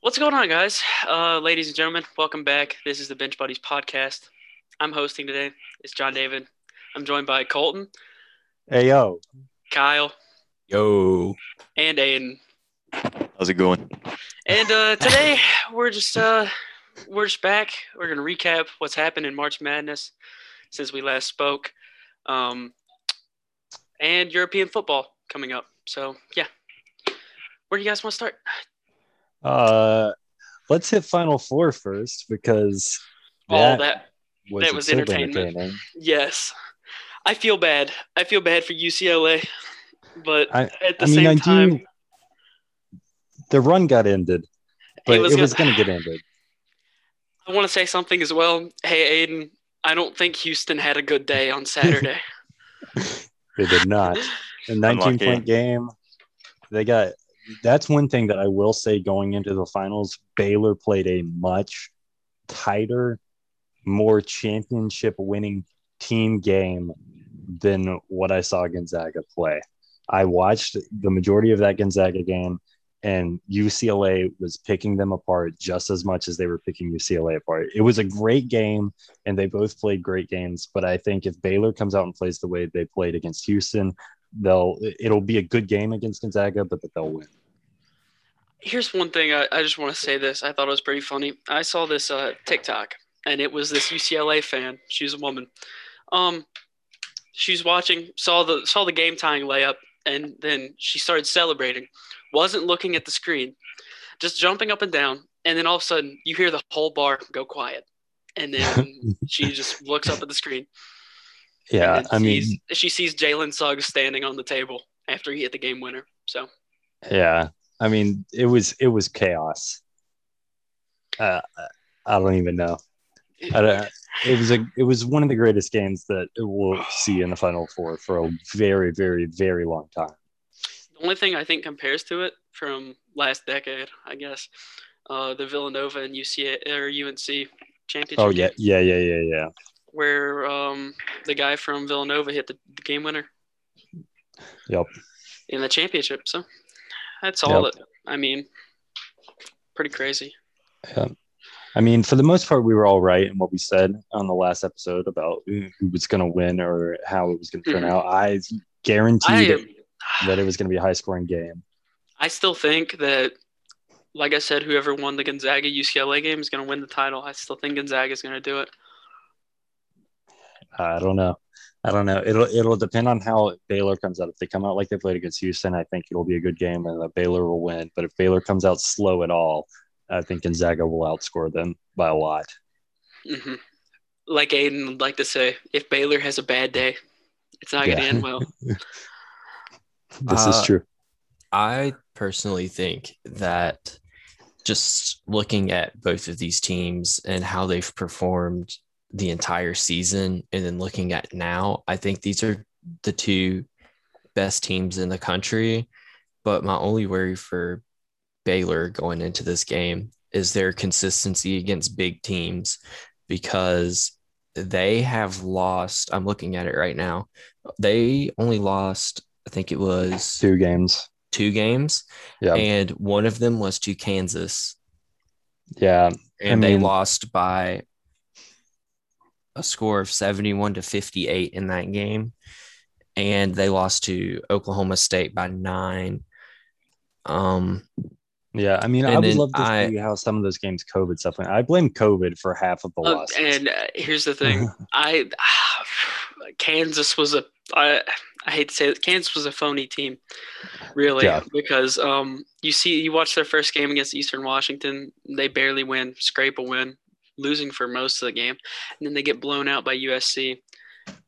What's going on, guys? Uh, ladies and gentlemen, welcome back. This is the Bench Buddies podcast. I'm hosting today. It's John David. I'm joined by Colton, Hey yo, Kyle, Yo. and Aiden. How's it going? And uh, today we're just uh, we're just back. We're gonna recap what's happened in March Madness since we last spoke, um, and European football coming up. So yeah, where do you guys want to start? uh, let's hit Final Four first because All that, that was, that was absurdly entertainment. entertaining. Yes. I feel bad. I feel bad for UCLA, but I- at the I mean, same I do- time, The run got ended, but it was was, gonna- going to get ended. I want to say something as well. Hey, Aiden, I don't think Houston had a good day on Saturday. They did not. A 19 point game. They got. That's one thing that I will say going into the finals. Baylor played a much tighter, more championship winning team game than what I saw Gonzaga play. I watched the majority of that Gonzaga game, and UCLA was picking them apart just as much as they were picking UCLA apart. It was a great game, and they both played great games. But I think if Baylor comes out and plays the way they played against Houston, they'll it'll be a good game against Gonzaga, but that they'll win. Here's one thing I, I just want to say this. I thought it was pretty funny. I saw this uh, TikTok, and it was this UCLA fan. She's a woman. Um, she's watching, saw the saw the game tying layup, and then she started celebrating. Wasn't looking at the screen, just jumping up and down. And then all of a sudden, you hear the whole bar go quiet. And then she just looks up at the screen. Yeah, And then I mean, sees- she sees Jalen Suggs standing on the table after he hit the game winner. So yeah, I mean, it was it was chaos. Uh, I don't even know. I don't, it was a it was one of the greatest games that we'll see in the Final Four for a very very very long time. the only thing I think compares to it from last decade, I guess, uh, the Villanova and UCA or UNC championship. Oh yeah, game, yeah, yeah, yeah, yeah. where um, the guy from Villanova hit the, the game winner. Yep. In the championship, so that's all. Yep. That, I mean, pretty crazy. I mean, for the most part, we were all right in what we said on the last episode about who who was going to win or how it was going to turn Mhm. out. I guarantee I that, am. that it was going to be a high scoring game. I still think that, like I said, whoever won the Gonzaga UCLA game is going to win the title. I still think Gonzaga is going to do it. I don't know. I don't know. It'll it'll depend on how Baylor comes out. If they come out like they played against Houston, I think it'll be a good game and that Baylor will win. But if Baylor comes out slow at all, I think Gonzaga will outscore them by a lot. hmm Like Aiden would like to say, if Baylor has a bad day, it's not going to Yeah. end well. This is Uh, true. I personally think that just looking at both of these teams and how they've performed the entire season and then looking at now, I think these are the two best teams in the country. But my only worry for Baylor going into this game is their consistency against big teams because they have lost. I'm looking at it right now. They only lost, I think it was Two games. two games, Yeah. and one of them was to Kansas, Yeah. and they mean- lost by a score of 71 to 58 in that game. And they lost to Oklahoma State by nine. Um, Yeah. I mean, I And would then love to I- see how some of those games COVID stuff went. I blame COVID for half of the Uh, losses. and uh, here's the thing: I Kansas was a I, I hate to say it, Kansas was a phony team, really, Yeah. because um you see you watch their first game against Eastern Washington, they barely win, scrape a win, losing for most of the game, and then they get blown out by USC.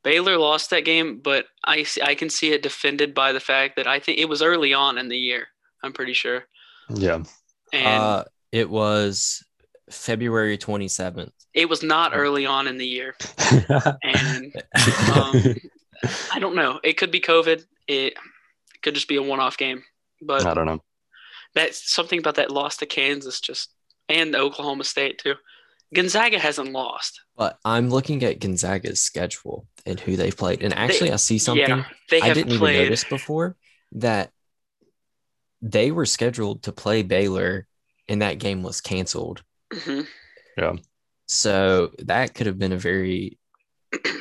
Baylor lost that game, but I see, I can see it defended by the fact that I think it was early on in the year. I'm pretty sure, yeah. and uh, it was February 27th. it was not early on in the year, and. Um, I don't know. It could be COVID. It could just be a one-off game. But I don't know. that's something about that loss to Kansas, just and Oklahoma State too. Gonzaga hasn't lost. But I'm looking at Gonzaga's schedule and who they played. And actually, I see something. Yeah, they I have didn't even played. notice before that they were scheduled to play Baylor and that game was canceled. Mhm. So that could have been a very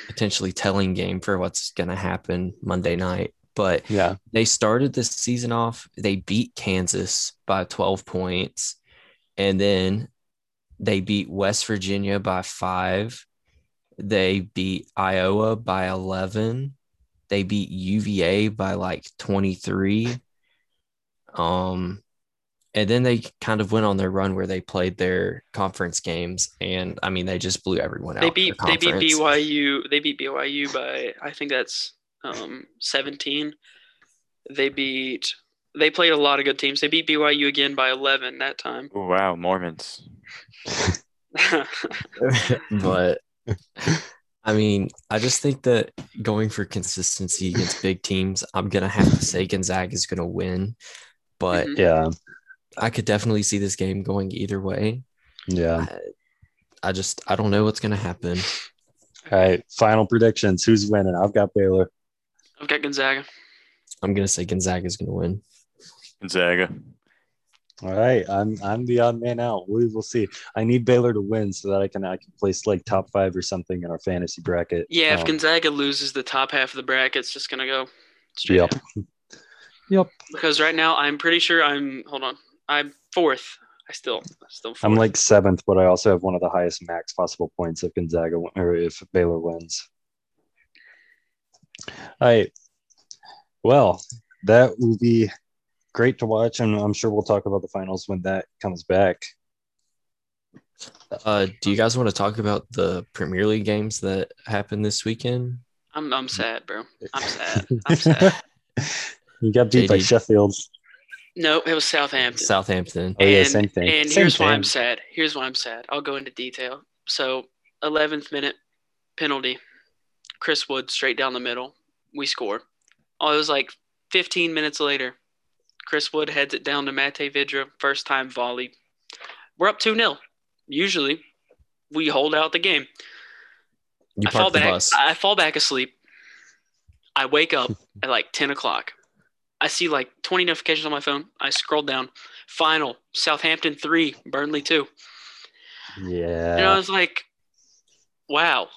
potentially telling game for what's going to happen Monday night. But Yeah. they started the season off, they beat Kansas by 12 points, and then they beat West Virginia by five. They beat Iowa by 11. They beat UVA by like 23. Um, and then they kind of went on their run where they played their conference games, and I mean they just blew everyone out. They of their beat they beat conference. BYU. They beat BYU by I think that's um, 17. They beat they played a lot of good teams. They beat BYU again by 11 that time. Oh, wow, Mormons. but I mean, I just think that going for consistency against big teams, I'm gonna have to say Gonzaga is gonna win, but Mhm. Yeah. I could definitely see this game going either way. Yeah. I just I don't know what's gonna happen. All right. Final predictions. Who's winning? I've got Baylor. I've got Gonzaga. I'm gonna say Gonzaga is gonna win. Gonzaga. All right. I'm I'm the odd man out. We will see. I need Baylor to win so that I can I can place like top five or something in our fantasy bracket. Yeah, if Um, Gonzaga loses the top half of the bracket, it's just gonna go straight Yep. down. Yep. Because right now I'm pretty sure I'm hold on. I'm fourth. I still I'm still fourth. I'm like seventh, but I also have one of the highest max possible points if Gonzaga win- or if Baylor wins. All right. Well, that will be great to watch, and I'm sure we'll talk about the finals when that comes back. Uh, do you guys want to talk about the Premier League games that happened this weekend? I'm I'm sad, bro. I'm sad. I'm sad. you got beat by JD. Sheffield. no, it was Southampton. Southampton. Oh, yeah, And- same thing. And Same here's why thing. I'm sad. Here's why I'm sad. I'll go into detail. So, 11th minute penalty. Chris Wood straight down the middle. We score. Oh, it was like 15 minutes later. Chris Wood heads it down to Mate Vidra. First time volley. We're up 2 0. Usually, we hold out the game. You I fall parked the back. bus. I fall back asleep. I wake up at like ten o'clock. I see like twenty notifications on my phone. I scroll down. Final Southampton three, Burnley two, and I Yeah. was like, "Wow,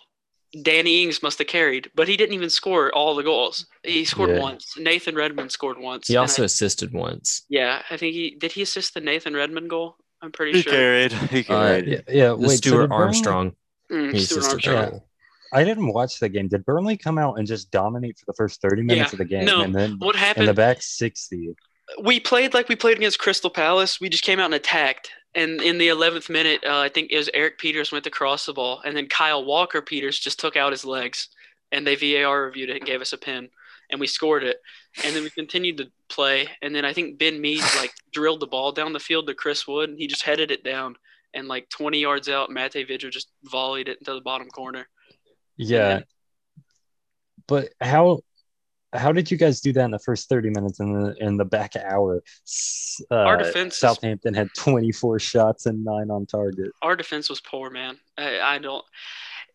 Danny Ings must have carried." But he didn't even score all the goals. He scored Yeah. once. Nathan Redmond scored once. He and also I- assisted once. yeah, I think he did. He assist the Nathan Redmond goal. I'm pretty He sure. carried. He Uh, carried. Yeah. yeah The wait, so Stuart did Burnley- Armstrong. Mm, He Stuart assisted Armstrong. that. Armstrong. I didn't watch the game. Did Burnley come out and just dominate for the first 30 minutes of the game No. and then What in happened? the back 60? we played like we played against Crystal Palace. We just came out and attacked. And in the 11th minute, uh, I think it was Eric Peters went to cross the ball, and then Kyle Walker Peters just took out his legs, and they VAR reviewed it and gave us a pin, and we scored it. And then we continued to play, and then I think Ben Mead like drilled the ball down the field to Chris Wood, and he just headed it down, and like 20 yards out, Mate Vidra just volleyed it into the bottom corner. Yeah. But how how did you guys do that in the first 30 minutes and the in the back hour? S- Uh, Our defense is- Southampton had 24 shots and 9 on target. our defense was poor, man. I, I don't.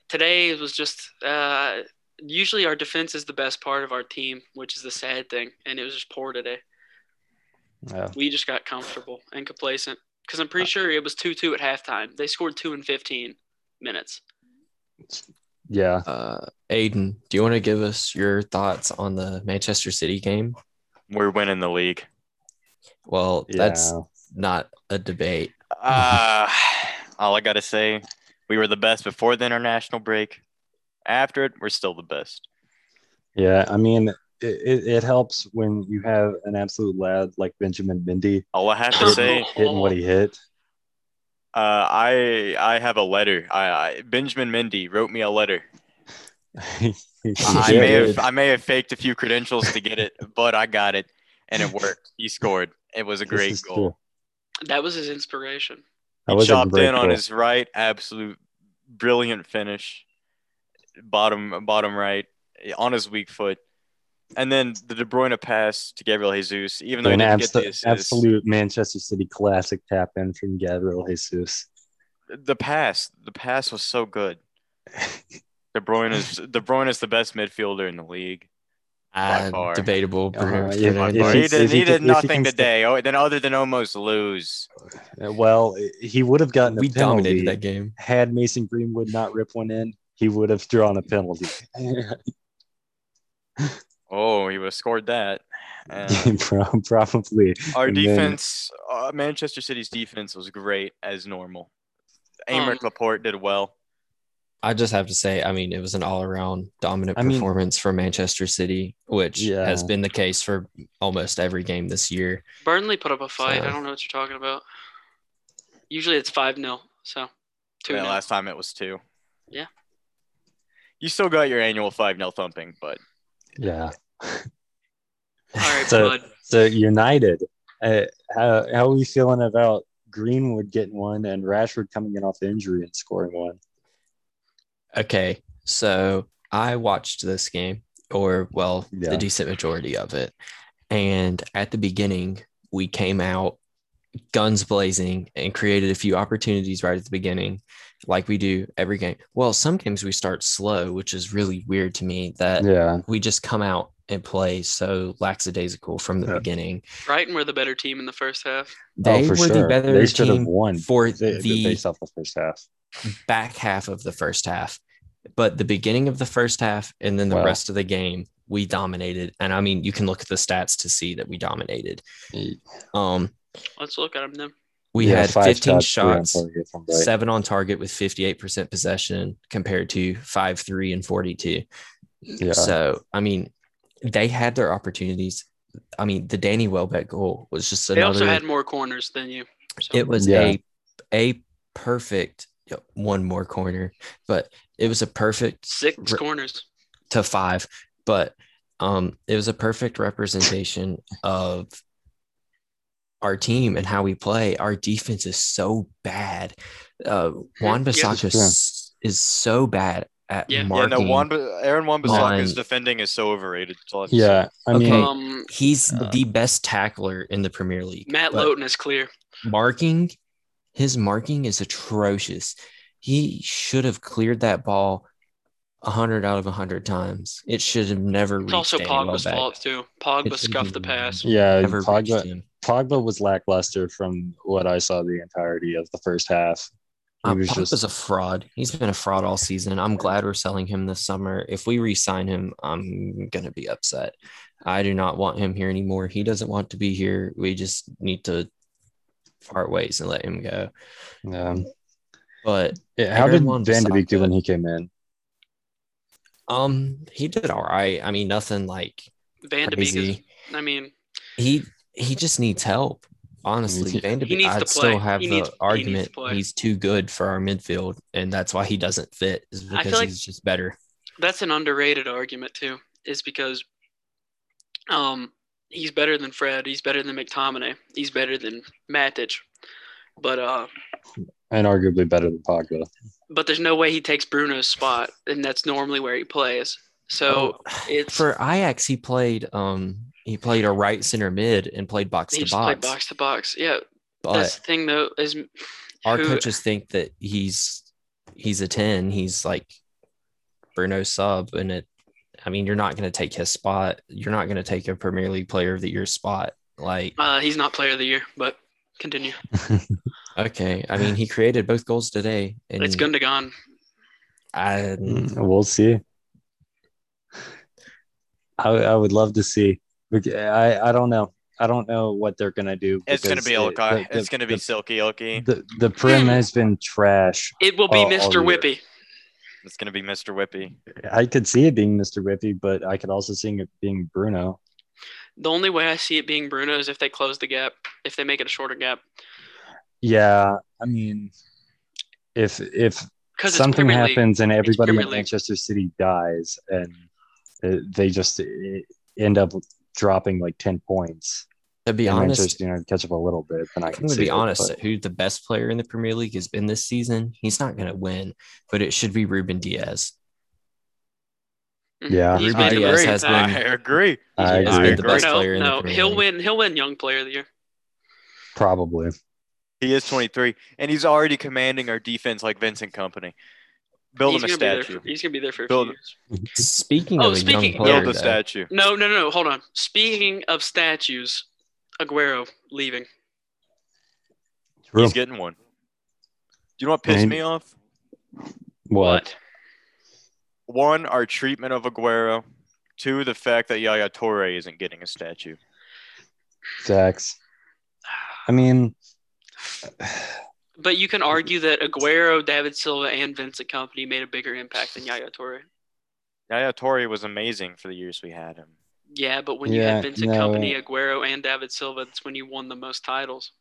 Today was just. Uh, usually, our defense is the best part of our team, which is the sad thing, and it was just poor today. Yeah. We just got comfortable and complacent because I'm pretty Uh. sure it was two-two at halftime. They scored two in 15 minutes. Yeah. Uh, Aiden, do you want to give us your thoughts on the Manchester City game? We're winning the league. Well, Yeah. that's not a debate. Uh, all I got to say, we were the best before the international break. After it, we're still the best. yeah. I mean, it, it, it helps when you have an absolute lad like Benjamin Mendy All I have to say, hitting what he hit. uh, I I have a letter. I, I Benjamin Mendy wrote me a letter. I Yeah, may dude. have I may have faked a few credentials to get it, but I got it, and it worked. He scored. It was a This great is goal. true. That was his inspiration. That he was a chopped great in on goal. his right, absolute brilliant finish, bottom bottom right on his weak foot, and then the De Bruyne pass to Gabriel Jesus. Even though he an didn't abso- get the assist, absolute Manchester City classic tap in from Gabriel Jesus. the pass the pass was so good. De Bruyne is De Bruyne is the best midfielder in the league. By far. Uh, debatable. Uh-huh, perhaps, yeah, but yeah, If Well, he he- did, if he he did can- if he can nothing stay- today. Oh, then other than almost lose. Uh, Well, he would have gotten a we penalty dominated that game. had Mason Greenwood not rip one in. He would have drawn a penalty. Oh, he would have scored that. Uh, Prob- Probably. our And then- defense, uh, Manchester City's defense was great as normal. Aymeric Um, Laporte did well. I just have to say, I mean, it was an all-around dominant I mean- performance for Manchester City, which Yeah. has been the case for almost every game this year. Burnley put up a fight. So- I don't know what you're talking about. Usually it's 5 0. So 2 Yeah, 0. last time it was two. Yeah. You still got your annual 5 0 thumping, but Yeah. All right, So- bud. So United, uh, how how are we feeling about Greenwood getting one and Rashford coming in off injury and scoring one? Okay, so I watched this game, or well, Yeah. the decent majority of it, and at the beginning we came out guns blazing and created a few opportunities right at the beginning, like we do every game. Well, some games we start slow, which is really weird to me that Yeah. Oh, we just come out and play so lackadaisical from the Yeah. beginning. Brighton were the better team in the first half. They for were the sure. better They should have team won. for They, the based off the first half. back half of the first half, but the beginning of the first half and then the Wow. rest of the game, we dominated. And I mean, you can look at the stats to see that we dominated. Um, Let's look at them then. we Yeah, had five 15 three on shots, target from Brighton. seven on target with 58% possession compared to five, three, and 42. Yeah. So, I mean, they had their opportunities. I mean, the Danny Welbeck goal was just They another. also had more corners than you. So. It was Yeah. a a perfect yep, one more corner, but it was a perfect Six Re- corners. to five, but um, it was a perfect representation of our team and how we play. Our defense is so bad. Uh, Juan Yeah. Bisaka s- is so bad at Yeah. Yeah, no, yeah, no, marking. Juan, Aaron Wan on- Bissaka's defending is so overrated. That's all I have to say. yeah. I mean, Okay. Um, He's Uh, the best tackler in the Premier League. Matt but- Lowton is clear. marking his marking is atrocious he should have cleared that ball 100 out of 100 times it should have never It's reached also Danny Pogba's Welbeck. fault too. It Pogba should scuffed the have pass. yeah. never reached Pogba, him. Pogba was lackluster from what I saw the entirety of the first half. He Uh, was Pogba's just a fraud. He's been a fraud all season. I'm glad we're selling him this summer. If we re-sign him, I'm gonna be upset. I do not want him here anymore. He doesn't want to be here. We just need to part ways and let him go. um, But yeah, how did Everyone Van de Beek do Bissaka. when he came in? um, he did all right. I mean, nothing like Van de Beek is. crazy. I mean, He he just needs help. Honestly, He Van de needs Beek, to play. I'd still have He the needs- he needs to argument play. he's too good for our midfield, and that's why he doesn't fit. Is I feel because like- he's just better. that's an underrated argument too. Is because, um, he's better than Fred. He's better than McTominay. He's better than Matic. But uh, And arguably better than Pogba. but there's no way he takes Bruno's spot, and that's normally where he plays. Oh, So it's for Ajax, he played um he played a right center mid and played box he to just box. played box to box. Yeah, that's but the thing though. Is our who- coaches think that he's he's a ten. He's like Bruno sub, and it. I mean, you're not going to take his spot. You're not going to take a Premier League Player of the Year spot. Like uh, he's not Player of the Year, but continue. Okay, I mean he created both goals today. And It's Gundogan. I, Mm, We'll see. I, I would love to see. Bec- I, I don't know. I don't know what they're gonna do. It's going to because be it- Ilkay. the- the- it's going to be the, Silky Ilky. the, the prim has been trash. It will be All- all Mr. year. Whippy. It's going to be Mr. Whippy. I could see it being Mr. Whippy, but I could also see it being Bruno. The only way I see it being Bruno is if they close the gap, if they make it a shorter gap, Yeah, I mean, if if because something happens and everybody Premier in League. Manchester City dies and uh, they just uh, end up dropping like ten points, to be and honest, Manchester United catch up a little bit, then I I'm can gonna see be it, honest. but- Who the best player in the Premier League has been this season? He's not gonna win, but it should be Ruben Diaz. Yeah. Mm-hmm. he's Ruben made it Diaz very has bad. been- I agree. I He has agree. been the best no, player in the no, Premier he'll League. win. He'll win Young Player of the Year. Probably. He is 23, and he's already commanding our defense like Vincent Company. Build him a he's gonna be there statue. for- he's gonna be there for a Build- few years. Speaking Oh, of a young speaking- player, Build a though, statue. No, no, no, no. Hold on. Speaking of statues, Aguero leaving. True. He's getting one. Do you know what pissed And- me off? what? One, our treatment of Aguero. Two, the fact that Yaya Torre isn't getting a statue. Facts. I mean, But you Mhm. can argue that Aguero, David Silva, and Vincent Company made a bigger impact than Yaya Toure. Yaya Torre was amazing for the years we had him. Yeah, but when you had Yeah, Vincent no. Company, Aguero, and David Silva, that's when you won the most titles.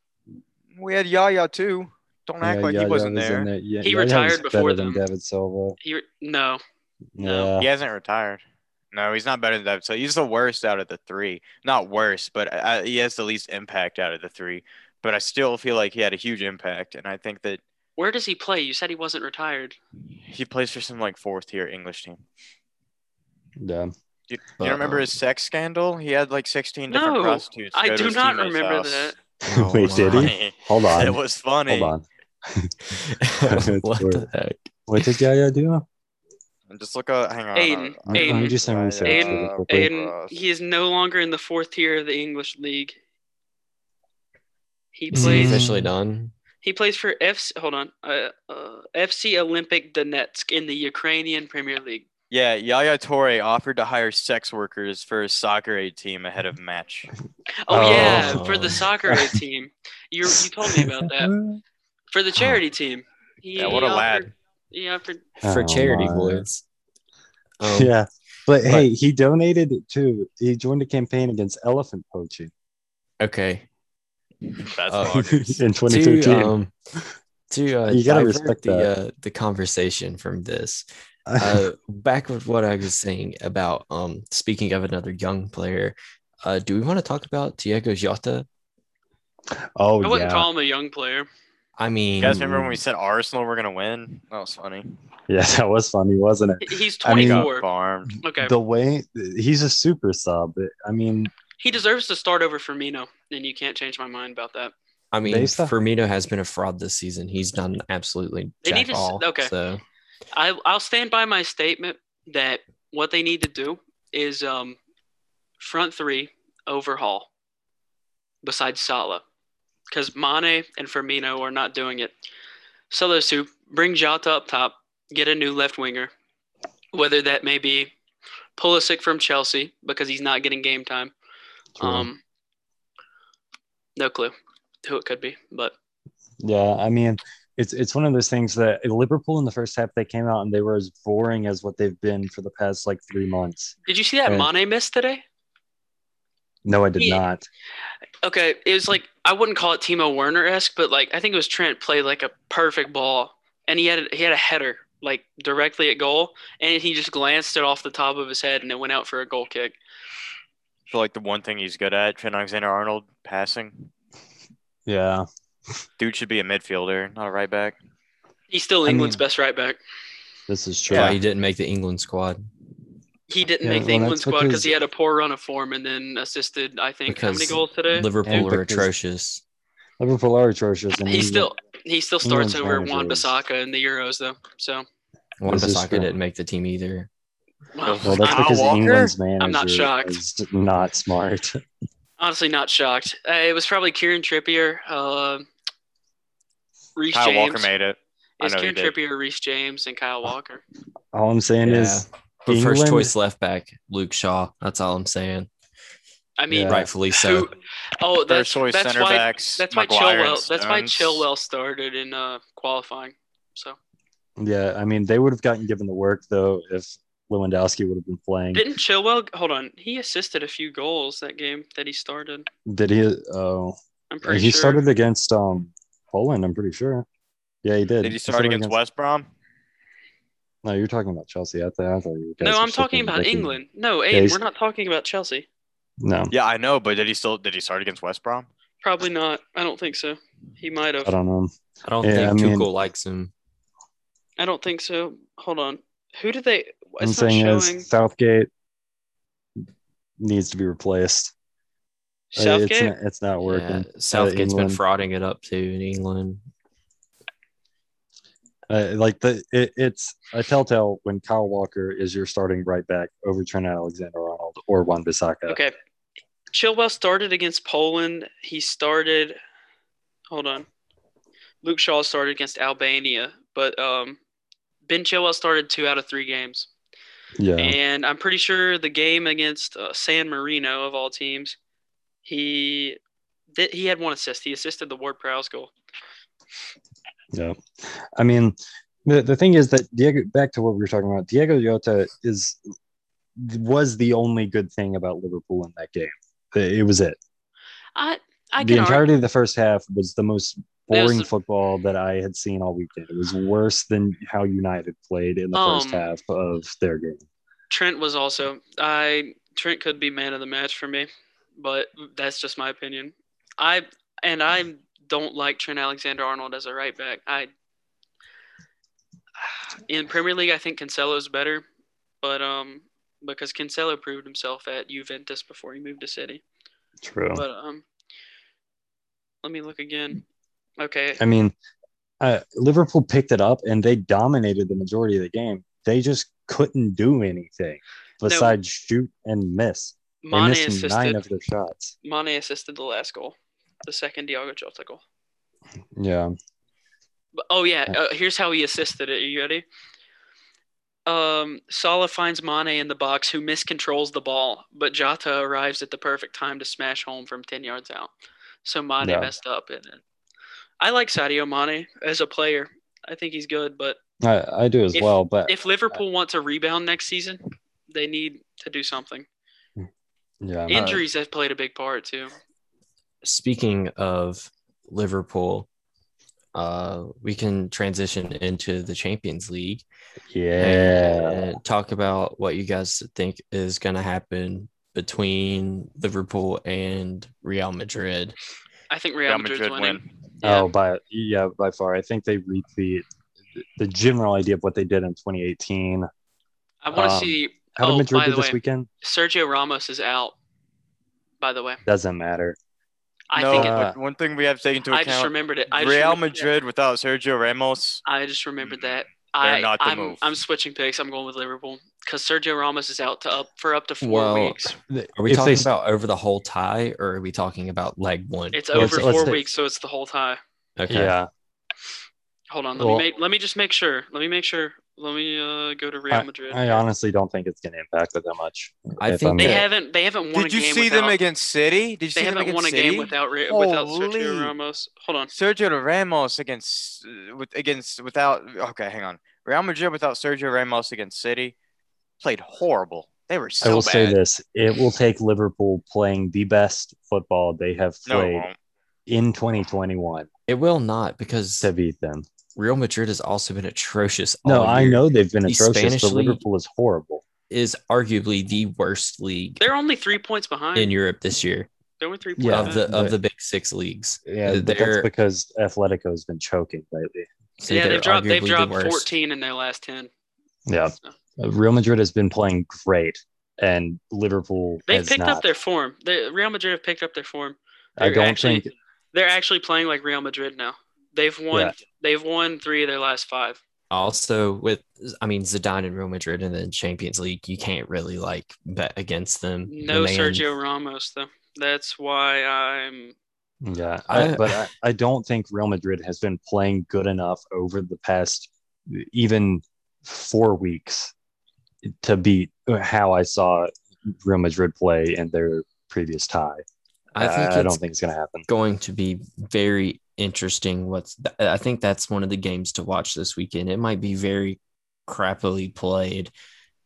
We had Yaya too. Don't act yeah, like Yaya he wasn't was in there. Yeah, He Yaya was retired before better than them. David Silva. He no, No. Yeah. He hasn't retired. No, he's not better than that. So he's the worst out of the three. Not worst, but I, I- he has the least impact out of the three. But I still feel like he had a huge impact, and I think that where does he play? You said he wasn't retired. he plays for some like fourth tier English team. yeah. Do you, do you remember his sex scandal? He had like sixteen different No, prostitutes. I go to do his not teammate's remember house. that. Oh Wait, did he? Funny. Hold It on. was funny. Hold on. what the heck? What did Yaya do? Just look up. Hang on. Aiden, Aiden, uh, uh, Let me do some uh, research Aiden, really quickly. Aiden, he is no longer in the fourth tier of the English league. He Mm. Is he plays. officially done? He plays for FC. Hold on, uh, uh, FC Olympic Donetsk in the Ukrainian Premier League. Yeah, Yaya Torre offered to hire sex workers for his soccer aid team ahead of match. Oh, yeah, for Oh. the soccer aid team. You you told me about that for the charity team. He Yeah, what a offered- lad. He offered. For Oh, charity my. boys. Um, yeah. But, hey, he donated to, he joined a campaign against elephant poaching Okay. That's Uh, Oh. bonkers. in 2013. To, um, to uh, You gotta divert respect the that. uh, the conversation from this. uh, back with what I was saying about um speaking of another young player, uh, do we want to talk about Diego Jota? oh, I wouldn't yeah. call him a young player. I mean, You guys remember when we said Arsenal were gonna win? That was funny. yeah, that was funny, wasn't it? He- He's I mean- uh, He 24. got farmed. okay, The way he's a super sub. I mean, he deserves to start over Firmino, and you can't change my mind about that. I mean, Based on- Firmino has been a fraud this season. He's done absolutely They need jack to s- all. okay. So I I'll stand by my statement that what they need to do is um front three overhaul besides Salah because Mane and Firmino are not doing it. So those two bring Jota up top, get a new left winger, whether that may be Pulisic from Chelsea because he's not getting game time. True. Um, no clue who it could be, but Yeah, I mean, it's it's one of those things that Liverpool in the first half they came out and they were as boring as what they've been for the past like three months. did you see that Right. Mane miss today? No, I did Yeah. not. Okay, it was like I wouldn't call it Timo Werner esque, but like I think it was Trent played like a perfect ball, and he had he had a header like directly at goal, and he just glanced it off the top of his head, and it went out for a goal kick. I feel like the one thing he's good at, Trent Alexander Arnold passing. Yeah, Dude should be a midfielder, not a right back. He's still I England's mean- best right back. this is true. yeah. Yeah. he didn't make the England squad He didn't Yeah, make the well, England that's what squad because his- he had a poor run of form, and then assisted I think how many Because goals today? And Liverpool are because- atrocious. Liverpool are atrocious. And He England- still he still starts England's over Juan manager is- Bissaka in the Euros though. So Juan This is Bissaka true. didn't make the team either. well, Well, that's Kyle because Walker? England's manager I'm not shocked. is not smart. honestly not shocked. Uh, it was probably Kieran Trippier. Uh, Reece Kyle James. Walker made it. I It's know he Kieran did. Trippier, Reese James, and Kyle Walker. All I'm saying is, But first England- choice left back, Luke Shaw. That's all I'm saying. I mean, Yeah. Rightfully so. who- oh, that's First choice that's center why backs. that's why Maguire and Chilwell that's why Stones. Chilwell started in uh, qualifying. So yeah, I mean, they would have gotten given the work though if Lewandowski would have been playing. didn't Chilwell? Hold on, he assisted a few goals that game that he started. Did he? Oh, I'm pretty he sure. started against um Poland. I'm pretty sure. Yeah, he did. Did he start started against West Brom? No, you're talking about Chelsea. I thought, I thought you guys no, were I'm talking shitting about Ricky. England. No, Aiden, he's- we're not talking about Chelsea. No, Yeah, I know, but did he still did he start against West Brom? Probably not. I don't think so. He might have. I don't know. I don't Yeah, think I mean- Tuchel likes him. I don't think so. Hold on. Who did they? I'm It's not saying showing. is Southgate needs to be replaced. Uh, It's Southgate. not, it's not working. Yeah, Southgate's been England. frauding it up too in England. Uh, like the it, it's a telltale when Kyle Walker is your starting right back over Trent Alexander Arnold or Juan Bisaka. Okay. Chilwell started against Poland. He started. Hold on. Luke Shaw started against Albania, but um, Ben Chilwell started two out of three games. Yeah. And I'm pretty sure the game against uh, San Marino of all teams, he th- he had one assist. He assisted the Ward Prowse goal. Yeah. I mean, the, the thing is that Diego, back to what we were talking about, Diego Yota is was the only good thing about Liverpool in that game. It was it. I I the can entirety argue. of the first half was the most boring There's- football that I had seen all weekend. It was worse than how United played in the first Um, half of their game. Trent was also I Trent could be man of the match for me, but that's just my opinion. I and I don't like Trent Alexander Arnold as a right back. I in Premier League I think Cancelo's better, but um because Cancelo proved himself at Juventus before he moved to City. True. But um let me look again. Okay. I mean, uh, Liverpool picked it up and they dominated the majority of the game. They just couldn't do anything besides shoot and miss. They Mane missed nine assisted of their shots. Mane assisted the last goal. The second Diogo Jota goal. Yeah. But- Oh yeah, uh, here's how he assisted it. Are you ready? Um, Salah finds Mane in the box, who miscontrols the ball, but Jota arrives at the perfect time to smash home from ten yards out. So Mane Yeah. messed up, and then- I like Sadio Mane as a player. I think he's good, but I, I do as If- well. But if Liverpool wants a rebound next season, they need to do something. yeah. Yeah. Injuries have played a big part too. Speaking of Liverpool, uh, we can transition into the Champions League. Yeah. and talk about what you guys think is going to happen between Liverpool and Real Madrid. I think Real, Real Madrid's Madrid winning. win. Yeah. Oh, by yeah, by far. I think they reap the the general idea of what they did in 2018. I want to Um, see How did Oh, Madrid by do the this way. weekend? Sergio Ramos is out. By the way, Doesn't matter. I no, think it, Uh, but one thing we have to take into I just account: remembered it. I just Real remembered that. Madrid without Sergio Ramos. I just remembered that. They're I, not the I'm, move. I'm switching picks. I'm going with Liverpool because Sergio Ramos is out to up for up to four Well, weeks. Are we If talking they- about over the whole tie or are we talking about leg one? It's let's- over let's 4 take- weeks, so it's the whole tie. okay. Yeah. Hold on. Let Well- me make, let me just make sure. Let me make sure. Let me uh, go to Real Madrid. I honestly don't think it's going to impact it that much. I If think I'm- they that- haven't they haven't won Did a you game see without, them against City? Did you they see them haven't against won a City? game without Re- without Holy. Sergio Ramos. Hold on. Sergio Ramos against uh, with against without okay, hang on. Real Madrid without Sergio Ramos against City played horrible. They were so I will bad. say this: it will take Liverpool playing the best football they have No, it played won't. in 2021 It will not because to beat them. Real Madrid has also been atrocious. No, all I year. know they've been Oh, The atrocious, Spanish but league- Liverpool is horrible. is arguably the worst league They're only three points behind. in Europe this year They're only three points. Yeah, of the but- of the big six leagues. Yeah, Uh, but that's they're- because Atletico has been choking lately. So yeah, they're they've dropped they've arguably the dropped worst. 14 in their last 10. Yeah, Uh, Real Madrid has been playing great, and Liverpool They has picked not. up their form. They, Real Madrid have picked up their form. I they're don't actually- think. They're actually playing like Real Madrid now. They've won. Yeah. They've won three of their last five. also with I mean Zidane and Real Madrid and then Champions League, you can't really like bet against them. No The man- Sergio Ramos though. That's why I'm. Yeah, I, I- but I, I don't think Real Madrid has been playing good enough over the past even four weeks to beat uh, how I saw Real Madrid play in their previous tie. I, I think I, it's don't think it's going to happen. going to be very interesting. What's th- I think that's one of the games to watch this weekend. It might be very crappily played,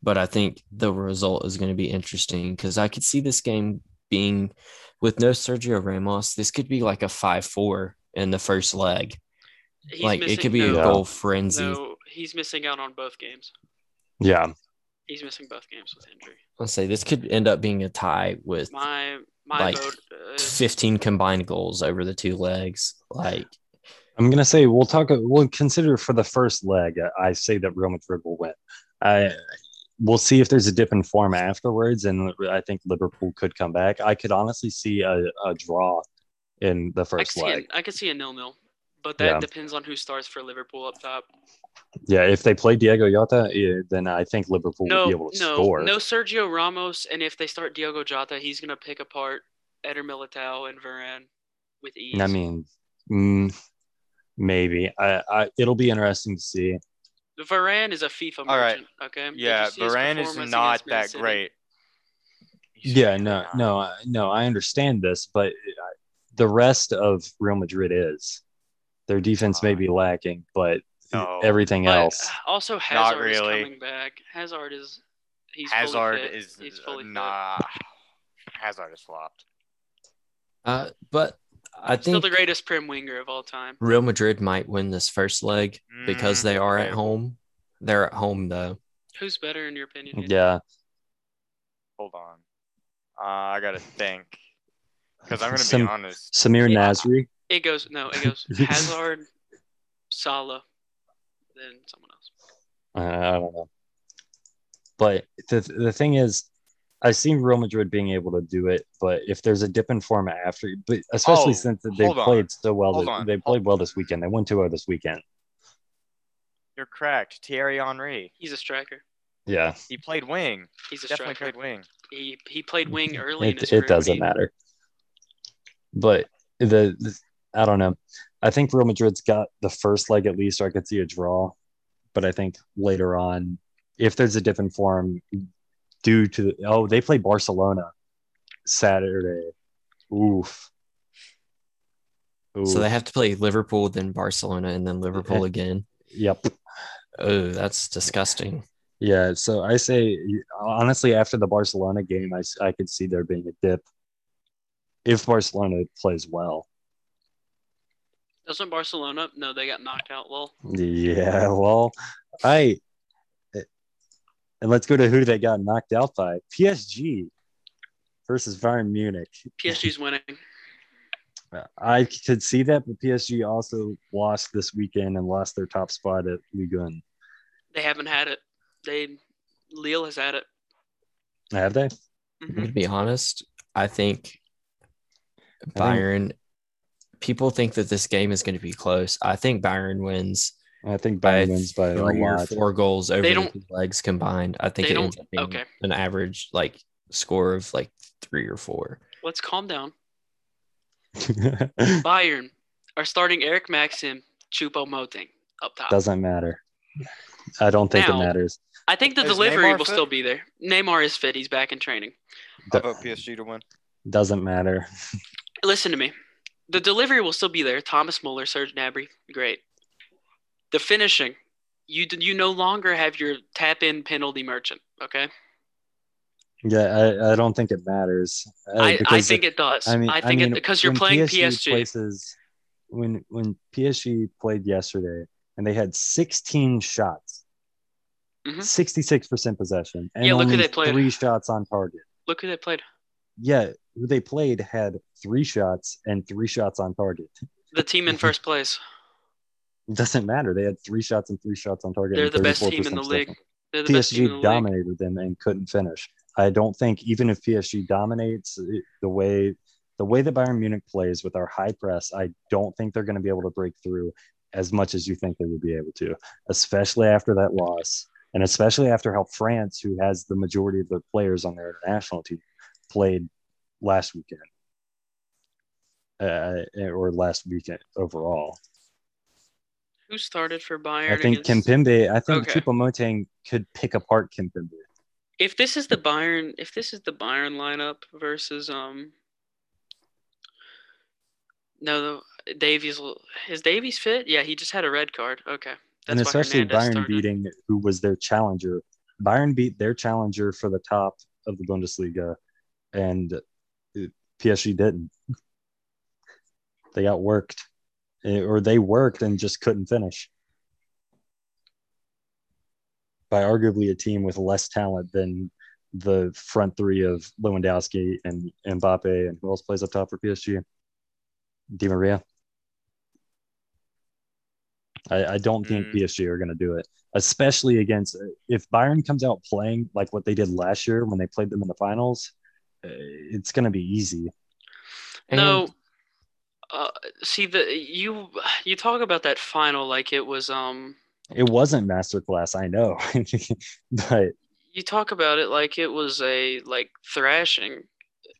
but I think the result is going to be interesting because I could see this game being with no Sergio Ramos. This could be like a five-four in the first leg. He's like missing, it could be no, a Yeah. goal frenzy. No, he's missing out on both games. Yeah, He's missing both games with injury. Let's say this could end up being a tie with My my Like, vote. Uh, 15 combined goals over the two legs. Like I'm going to say we'll talk. We'll consider for the first leg. I I say that Real Madrid will win. I we'll see if there's a dip in form afterwards, and I think Liverpool could come back. I could honestly see a, a draw in the I could first see. leg. A, I could see a nil nil. But that Yeah. depends on who starts for Liverpool up top. Yeah, if they play Diego Yota, yeah, then I think Liverpool No, will be able no, to score. no Sergio Ramos, and if they start Diogo Jota, he's gonna pick apart Eder Militao and Varane with ease. I mean, mm, maybe. I, I it'll be interesting to see. Varane is a FIFA merchant. All right. Okay. Did you Yeah, see his Varane is performance not against Man that City? great. He's Yeah, really no, not. no, I- no. I understand this, but I- the rest of Real Madrid is their defense may be lacking, but Uh, No. everything But uh, else. Also, Not Hazard really. is coming back. Hazard is. He's fully Hazard fit. is He's fully nah. Hazard is flopped. Uh, but I fit. Still think the greatest prim winger of all time. Real Madrid might win this first leg because Mm, they are at okay. home. They're at home though. Who's better in your opinion? Hayden? Yeah, Hold on. Uh, I gotta think. Because I'm gonna Some- be honest. Samir Yeah. Nasri. It goes no. It goes Hazard, Salah, then someone else. Uh, I don't know. But the the thing is, I see Real Madrid being able to do it, but if there's a dip in form after, but especially Oh, since they hold on. played so well, Hold this- on. they played well this weekend. They won 2 0 this weekend. You're correct. Thierry Henry. He's a striker. Yeah, He played wing. He's a Definitely striker. played wing. He he played wing early. in his it, career, it but doesn't he- matter. But the, the, I don't know. I think Real Madrid's got the first leg at least, or I could see a draw. But I think later on, if there's a dip in form due to, oh, they play Barcelona Saturday. Oof. So Oof. they have to play Liverpool, then Barcelona, and then Liverpool again. Yep. Oh, that's disgusting. Yeah. So I say, honestly, after the Barcelona game, I, s- I could see there being a dip if Barcelona plays well. Doesn't Barcelona? No, they got knocked out. Lol. Yeah. Well, I. And let's go to who they got knocked out by PSG versus Bayern Munich. PSG's winning. I could see that, but PSG also lost this weekend and lost their top spot at Ligue 1. They haven't had it. They Lille has had it. Have they? I'm Mhm. gonna Mm-hmm. be honest. I think Bayern. People think that this game is going to be close. I think Bayern wins I think by Bayern wins by a three or lot. four goals over the don't- two legs combined. I think They it don't- ends up being okay. an average like score of like three or four. Let's calm down. Bayern are starting Eric Maxim, Chupo Moting up top. Doesn't matter. I don't think Now- it matters. I think the Is delivery Neymar will fit? still be there. Neymar is fit. He's back in training. I vote PSG to win. Doesn't matter. Listen to me. The delivery will still be there. Thomas Muller, Serge Gnabry, great. The finishing, you you no longer have your tap in penalty merchant. Okay, Yeah, I, I don't think it matters. Uh, I, I because think it does. I, think it because you're when playing PSG. Places, when when PSG played yesterday, and they had 16 shots, Mhm. 66 percent possession, and Yeah, look who only they played. three shots on target. Look who they played. Yeah, who they played had three shots and three shots on target. The team in first place. It doesn't matter. They had three shots and three shots on target. They're and the best team in the 34% league. possession. They're the best team in PSG the league. dominated them and couldn't finish. I don't think even if PSG dominates it- the way the way that Bayern Munich plays with our high press, I don't think they're going to be able to break through as much as you think they would be able to, especially after that loss, and especially after how France, who has the majority of their players on their international team, played last weekend uh, or last weekend overall. Who started for Bayern? I think against- Kimpembe, I think Okay. okay. Chupamoteng could pick apart Kimpembe. if this is the Bayern, if this is the Bayern lineup versus um, no, the- Davies will- is Davies fit? Yeah, he just had a red card. Okay, and why especially Hernandez Bayern started. beating who was their challenger. Bayern beat their challenger for the top of the Bundesliga, and uh, PSG didn't. They got worked, Eh, or they worked and just couldn't finish by arguably a team with less talent than the front three of Lewandowski and Mbappe, and who else plays up top for PSG? Di Maria. I, I don't think Mm. PSG are going to do it, especially against eh, if Byron comes out playing like what they did last year when they played them in the finals. eh, It's going to be easy. No, uh, see the you you talk about that final like it was um It wasn't masterclass, I know, but you talk about it like it was a like thrashing.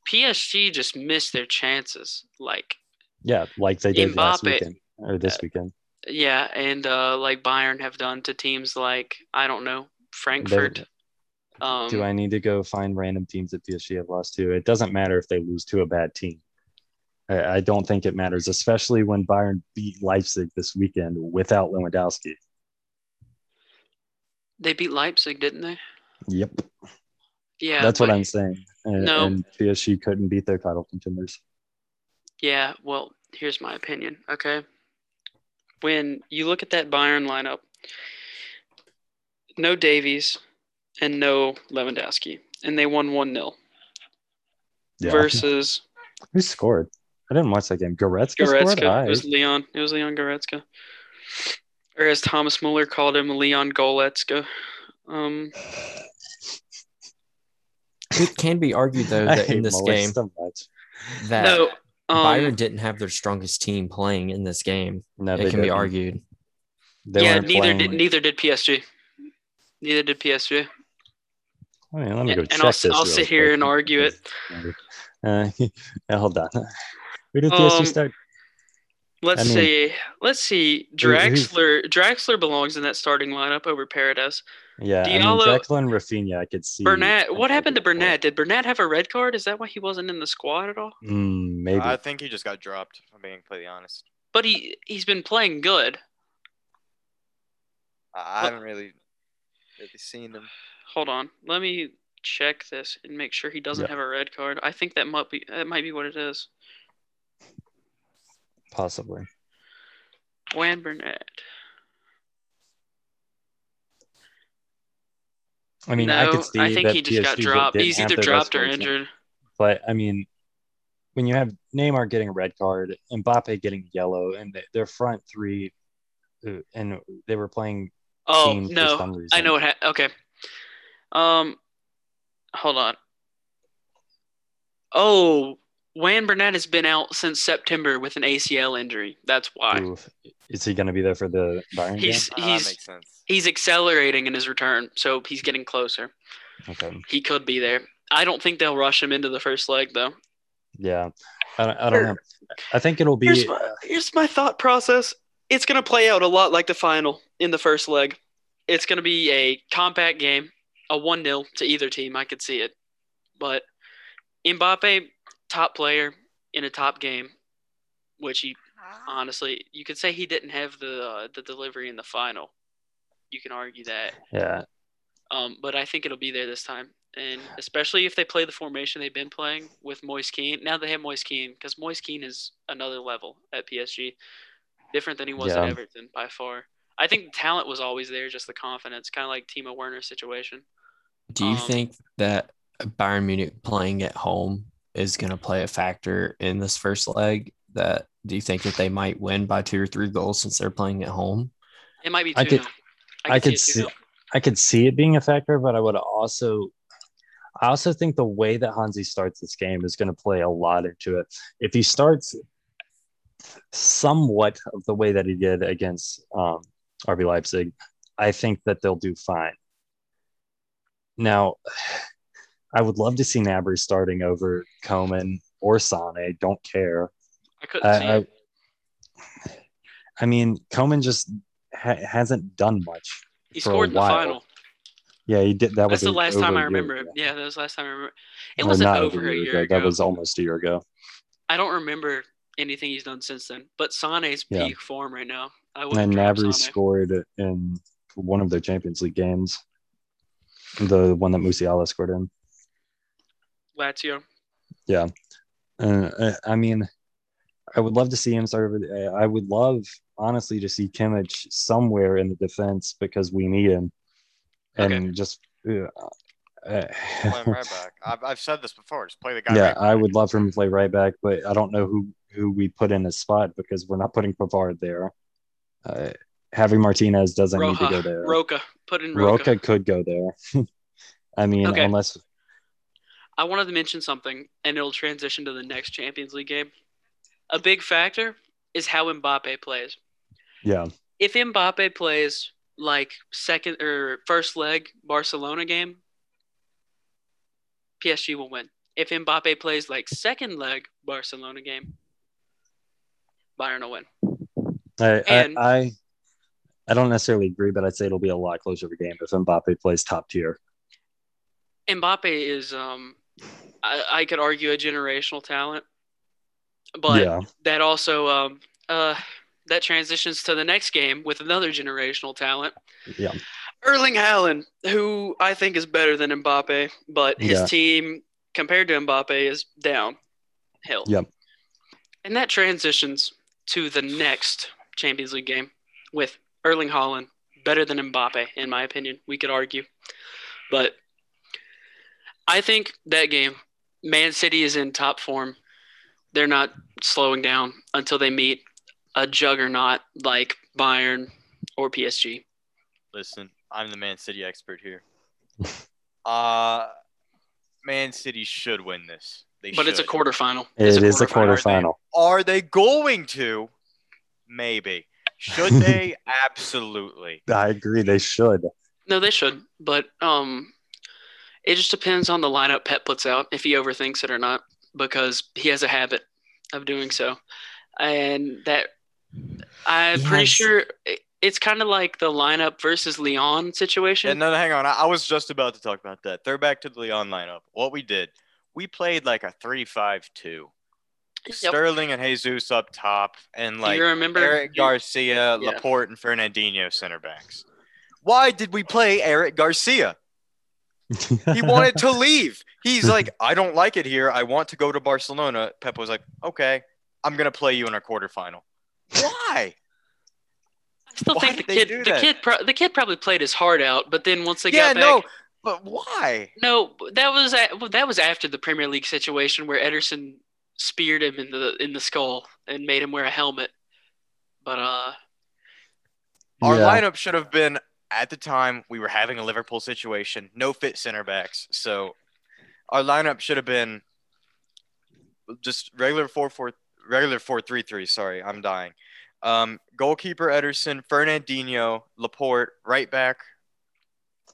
PSG just missed their chances. Like yeah, like they did last Mbappe- weekend or this weekend. yeah, and uh like Bayern have done to teams like I don't know Frankfurt. um, Do I need to go find random teams that PSG have lost to? It doesn't matter if they lose to a bad team. I, I don't think it matters, especially when Bayern beat Leipzig this weekend without Lewandowski. They beat Leipzig, didn't they? Yep, Yeah, that's what but- I'm saying. And, No. and PSG couldn't beat their title contenders. Yeah, well, here's my opinion, okay? When you look at that Bayern lineup, no Davies and no Lewandowski, and they won 1 0 versus Who scored? I didn't watch that game. Goretzka, scored. Goretzka. Aye. It was Leon. It was Leon Goretzka. Or as Thomas Muller called him, Leon Goletzka. Um, It can be argued though I that in hate this Muller game so much. that no, Bayern um, didn't have their strongest team playing in this game. No, It they can be didn't. argued. They yeah, weren't neither playing- did, neither did PSG. Neither did PSG. I mean, let me And, go and check I'll, this I'll real sit here quick. and argue it. Uh, now, hold on. Who did PSG Um, start? Let's I mean- see. Let's see. Who- who- Draxler. Draxler belongs in that starting lineup over Paredes. Yeah, I mean, Diallo- Jekyll and Rafinha, I could see. Burnett. What happened to Burnett? Did Burnett have a red card? Is that why he wasn't in the squad at all? Mm, maybe. I think he just got dropped. If I'm being completely honest, But he he's been playing good. I, I Well- haven't really really seen him. Uh, Hold on. Let me check this and make sure he doesn't Yeah. have a red card. I think that might be that might be what it is. Possibly. Juan Burnett. I mean, no, I could see think that he just got PSG dropped. didn't He's have either their best dropped or players in. injured. But I mean, when you have Neymar getting a red card, Mbappe getting yellow, and th- their front three, uh, and they were playing Oh teams for no, some reason. I know what. Ha- okay. Um, hold on. Oh, Juan Burnett has been out since September with an ACL injury. That's why Oof. Is he going to be there for the Bayern he's Ah, that he's makes sense. he's accelerating in his return, so he's getting closer. game? Okay. He could be there. I don't think they'll rush him into the first leg though. Yeah. I don't, I don't know. I think it'll be. Here's my, here's my thought process. It's going to play out a lot like the final in the first leg. It's going to be a compact game, a 1 0 to either team. I could see it. But Mbappe, top player in a top game, which he honestly, you could say he didn't have the, uh, the delivery in the final. You can argue that. Yeah. Um, but I think it'll be there this time. And especially if they play the formation they've been playing with Moise Keane. Now they have Moise Keane because Moise Keane is another level at PSG. Different than he was Yeah. at Everton by far. I think the talent was always there, just the confidence, kind of like Timo Werner's situation. Do you Um, think that Bayern Munich playing at home is going to play a factor in this first leg? That do you think that they might win by two or three goals since they're playing at home? It might be 2 I could- 0. I could see. I could see it being a factor, but I would also, I also think the way that Hansi starts this game is going to play a lot into it. If he starts somewhat of the way that he did against um, RB Leipzig, I think that they'll do fine. Now, I would love to see Nabry starting over Coman or Sane. Don't care. I couldn't see I, I, it. I mean, Coman just ha- hasn't done much. He for a scored in the while. final. Yeah, he did. That was That's the a- last over time a I year remember it. ago. Yeah, that was the last time I remember. It Or wasn't not over a year ago. That was almost a year ago. I don't remember anything he's done since then. But Sane's Yeah. peak form right now. I And would. then Nabry Sane. scored in one of their Champions League games, the one that Musiala scored in. Lazio. Uh, I- I mean, I would love to see him start over. The, I would love, honestly, to see Kimmich somewhere in the defense because we need him. And Okay. just, uh, Play him uh, right back. I've, I've said this before. Just play the guy. yeah, right I back. would love for him to play right back, but I don't know who who we put in his spot because we're not putting Pavard there. Uh, Javi Martinez doesn't need to go Roja. there. Roca. Put in Roca. Roca could go there. I mean, Okay. unless I wanted to mention something, and it'll transition to the next Champions League game. a big factor is how Mbappe plays. Yeah. If Mbappe plays like second or first leg Barcelona game, PSG will win. If Mbappe plays like second leg Barcelona game, Bayern will win. I, And- I, I I don't necessarily agree, but I'd say it'll be a lot closer of a game if Mbappe plays top tier. Mbappe is um I, I could argue a generational talent. But yeah, that also um uh that transitions to the next game with another generational talent. yeah, Erling Haaland, who I think is better than Mbappe, but his Yeah. team compared to Mbappe is downhill. Yep. And that transitions to the next Champions League game with Erling Haaland, better than Mbappe, in my opinion. We could argue. But I think that game, Man City is in top form. They're not slowing down until they meet a juggernaut like Bayern or PSG. Listen, I'm the Man City expert here. Uh Man City should win this. They But it's a should. quarterfinal. it is a quarterfinal. quarterfinal. Are they going to? Maybe. Should they? Absolutely. I agree. They should. No, they should, but um, it just depends on the lineup Pep puts out if he overthinks it or not, because he has a habit of doing so, and that I'm He pretty has- sure it- it's kind of like the lineup versus Leon situation. Yeah, no, no, hang on. I, I was just about to talk about that. They're back to the Leon lineup. What we did, we played like a three-five-two. Yep. Sterling and Jesus up top, and Do like you remember Eric Garcia, Yeah. Laporte, and Fernandinho center backs. Why did we play Eric Garcia? He wanted to leave. He's like, I don't like it here. I want to go to Barcelona. Pep was like, okay, I'm going to play you in our quarterfinal. Why? I still why think the did they kid, do the that? kid, pro- the kid probably played his heart out, but then once they yeah, got back, no, but why? No, that was a- well, that was after the Premier League situation where Ederson speared him in the in the skull and made him wear a helmet. But uh, Our Yeah. lineup should have been at the time we were having a Liverpool situation, no fit center backs. So our lineup should have been just regular 4 4 regular 4 3 3. Sorry, I'm dying. Um, goalkeeper Ederson, Fernandinho, Laporte, right back.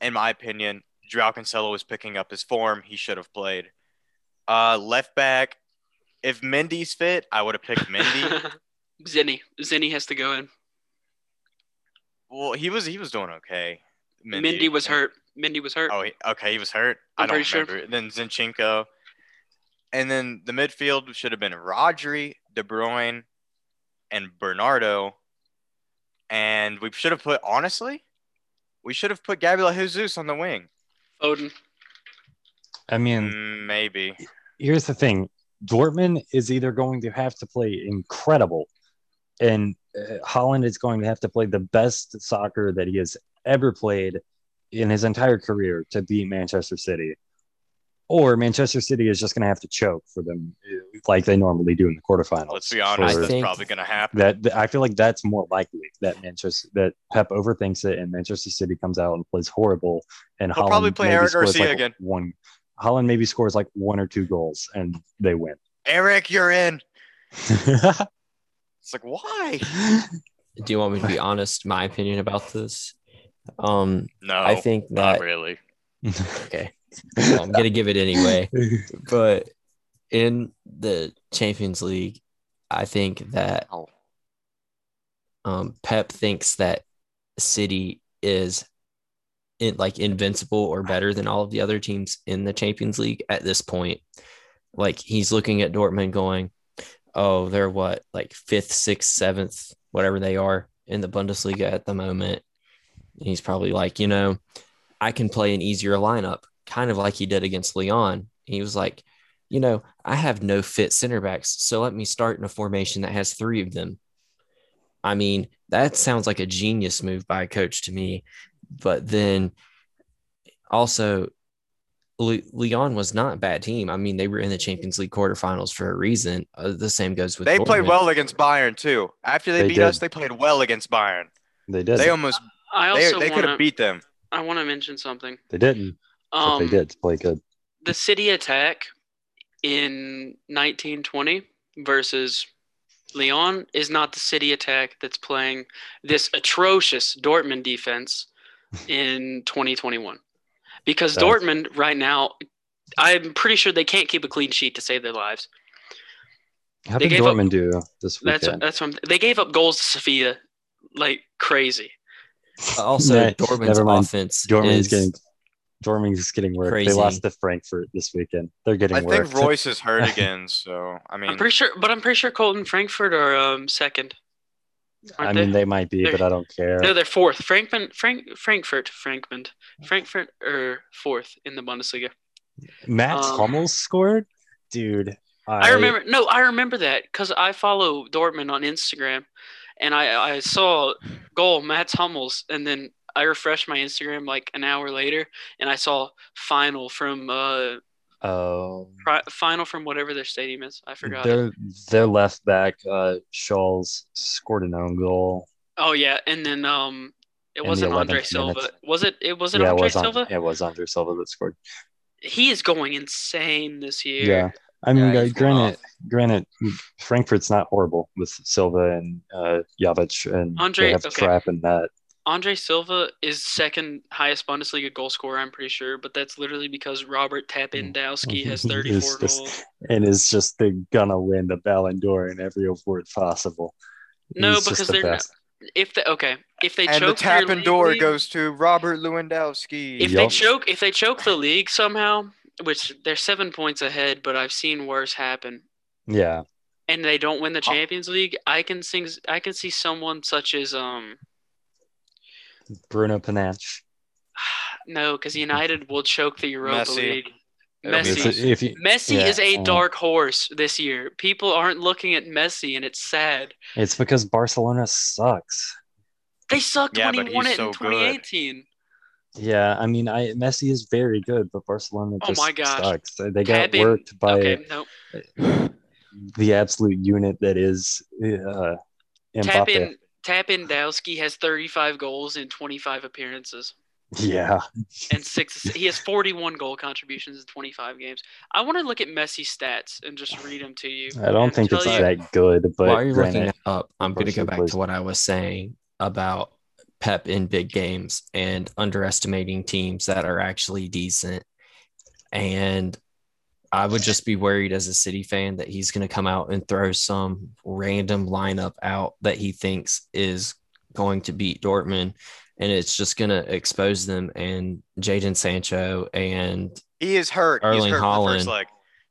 In my opinion, Joao Cancelo was picking up his form. He should have played. Uh, left back, if Mendy's fit, I would have picked Mendy. Zinny, Zinny has to go in. Well, he was he was doing okay. Mindy, was hurt. Mindy was hurt. Oh, he, okay, he was hurt. I'm I I'm do not pretty sure. remember. Then Zinchenko, and then the midfield should have been Rodri, De Bruyne, and Bernardo, and we should have put honestly, we should have put Gabriel Jesus on the wing. Foden. I mean, Mm, Maybe here's the thing Dortmund is either going to have to play incredible, and uh, Holland is going to have to play the best soccer that he has ever played in his entire career to beat Manchester City. Or Manchester City is just going to have to choke for them, uh, like they normally do in the quarterfinals. let's be honest, For- that's think- probably gonna happen. that th- I feel like that's more likely that Manchester that Pep overthinks it and Manchester City comes out and plays horrible and They'll Holland probably play maybe Eric scores Garcia like again. one Holland maybe scores like one or two goals and they win. Eric, you're in. It's like why? Do you want me to be honest? My opinion about this. Um, No, I think Oh, not that really. okay. Well, I'm gonna give it anyway. But in the Champions League, I think that Oh. um, Pep thinks that City is in, like invincible or better than all of the other teams in the Champions League at this point. Like he's looking at Dortmund going, oh, they're what, like fifth, sixth, seventh, whatever they are in the Bundesliga at the moment. He's probably like, you know, I can play an easier lineup, kind of like he did against Leon. He was like, you know, I have no fit center backs, so let me start in a formation that has three of them. I mean, that sounds like a genius move by a coach to me. But then also, Le- Leon was not a bad team. I mean, they were in the Champions League quarterfinals for a reason. Uh, the same goes with They played Dortmund. well against Bayern too. After they, They beat did. us, they played well against Bayern. they did. They um, They, almost I they, also they could want to. have beat them. I want to mention something. didn't. but Um, they did play good. The City attack in 1920 versus Leon is not the city attack that's playing this atrocious Dortmund defense in 2021. Because That's- Dortmund right now, I'm pretty sure they can't keep a clean sheet to save their lives. How They did gave up- Dortmund do this That's weekend? that's what uh, I'm, they gave up goals to Sevilla like crazy. Also, Nah, Dortmund's never mind. offense Dortmund's is getting Dortmund's getting work. Crazy. They lost to Frankfurt this weekend. They're getting I work. think Royce is hurt again, so I mean, I'm pretty sure, but I'm pretty sure Colton Frankfurt are um, second. I Aren't mean, they? they might be, They're- but I don't care. No, they're fourth. Frankman, Frank, Frankfurt, Frankman, Frankfurt are fourth in the Bundesliga. Matt um, Hummels scored, dude. I remember. No, I remember that because I follow Dortmund on Instagram, and I I saw goal Mats Hummels, and then I refreshed my Instagram like an hour later, and I saw final from uh Oh, pri- final from whatever their stadium is. I forgot. their their left back uh, Scholes scored an own goal. Oh yeah, and then um, it In the wasn't Andre 11th Silva. minute. Was it? It was it yeah, it Andre was Silva. On, it was Andre Silva that scored. He is going insane this year. Yeah, I mean, Yeah, uh, he's going granted, granted, Frankfurt's not horrible with Silva and uh, Jovic, and Andre- they have okay. Trap and that. Andre Silva is second highest Bundesliga goal scorer, I'm pretty sure, but that's literally because Robert Tapindowski has Mm-hmm. He's 34 just- goals. and is just they're gonna win the Ballon d'Or in every award possible. No, just because the they're not- best. If they okay, if they and the choke their tap and league door lead- goes to Robert Lewandowski. If they Yup. choke, if they choke the league somehow, which they're seven points ahead, but I've seen worse happen. Yeah, and they don't win the Champions League, I can sing. I can see someone such as um Bruno Panach. no, because United will choke the Europa Messi. League. It'll be Messi. Messi. If you, Messi Yeah, is a uh, dark horse this year. People aren't looking at Messi, and it's sad. it's because Barcelona sucks. They sucked Yeah, when but he won he's it in so good. 2018. Yeah, I mean, I Messi is very good, but Barcelona Oh just my gosh. sucks. They they got Tabin- worked by okay, no. the absolute unit that is uh, Mbappe. Tapin Tapindowski has 35 goals in 25 appearances Yeah, and six. ass- he has 41 goal contributions in 25 games. I want to look at Messi's stats and just read them to you. I don't and think tell it's you- that good, but While you're looking granted, that up, I'm going to go Unfortunately, back please. to what I was saying about Pep in big games and underestimating teams that are actually decent. And I would just be worried as a City fan that he's going to come out and throw some random lineup out that he thinks is going to beat Dortmund. And it's just going to expose them. And Jaden Sancho and He is hurt. He's Erling hurt for the Haaland. first leg.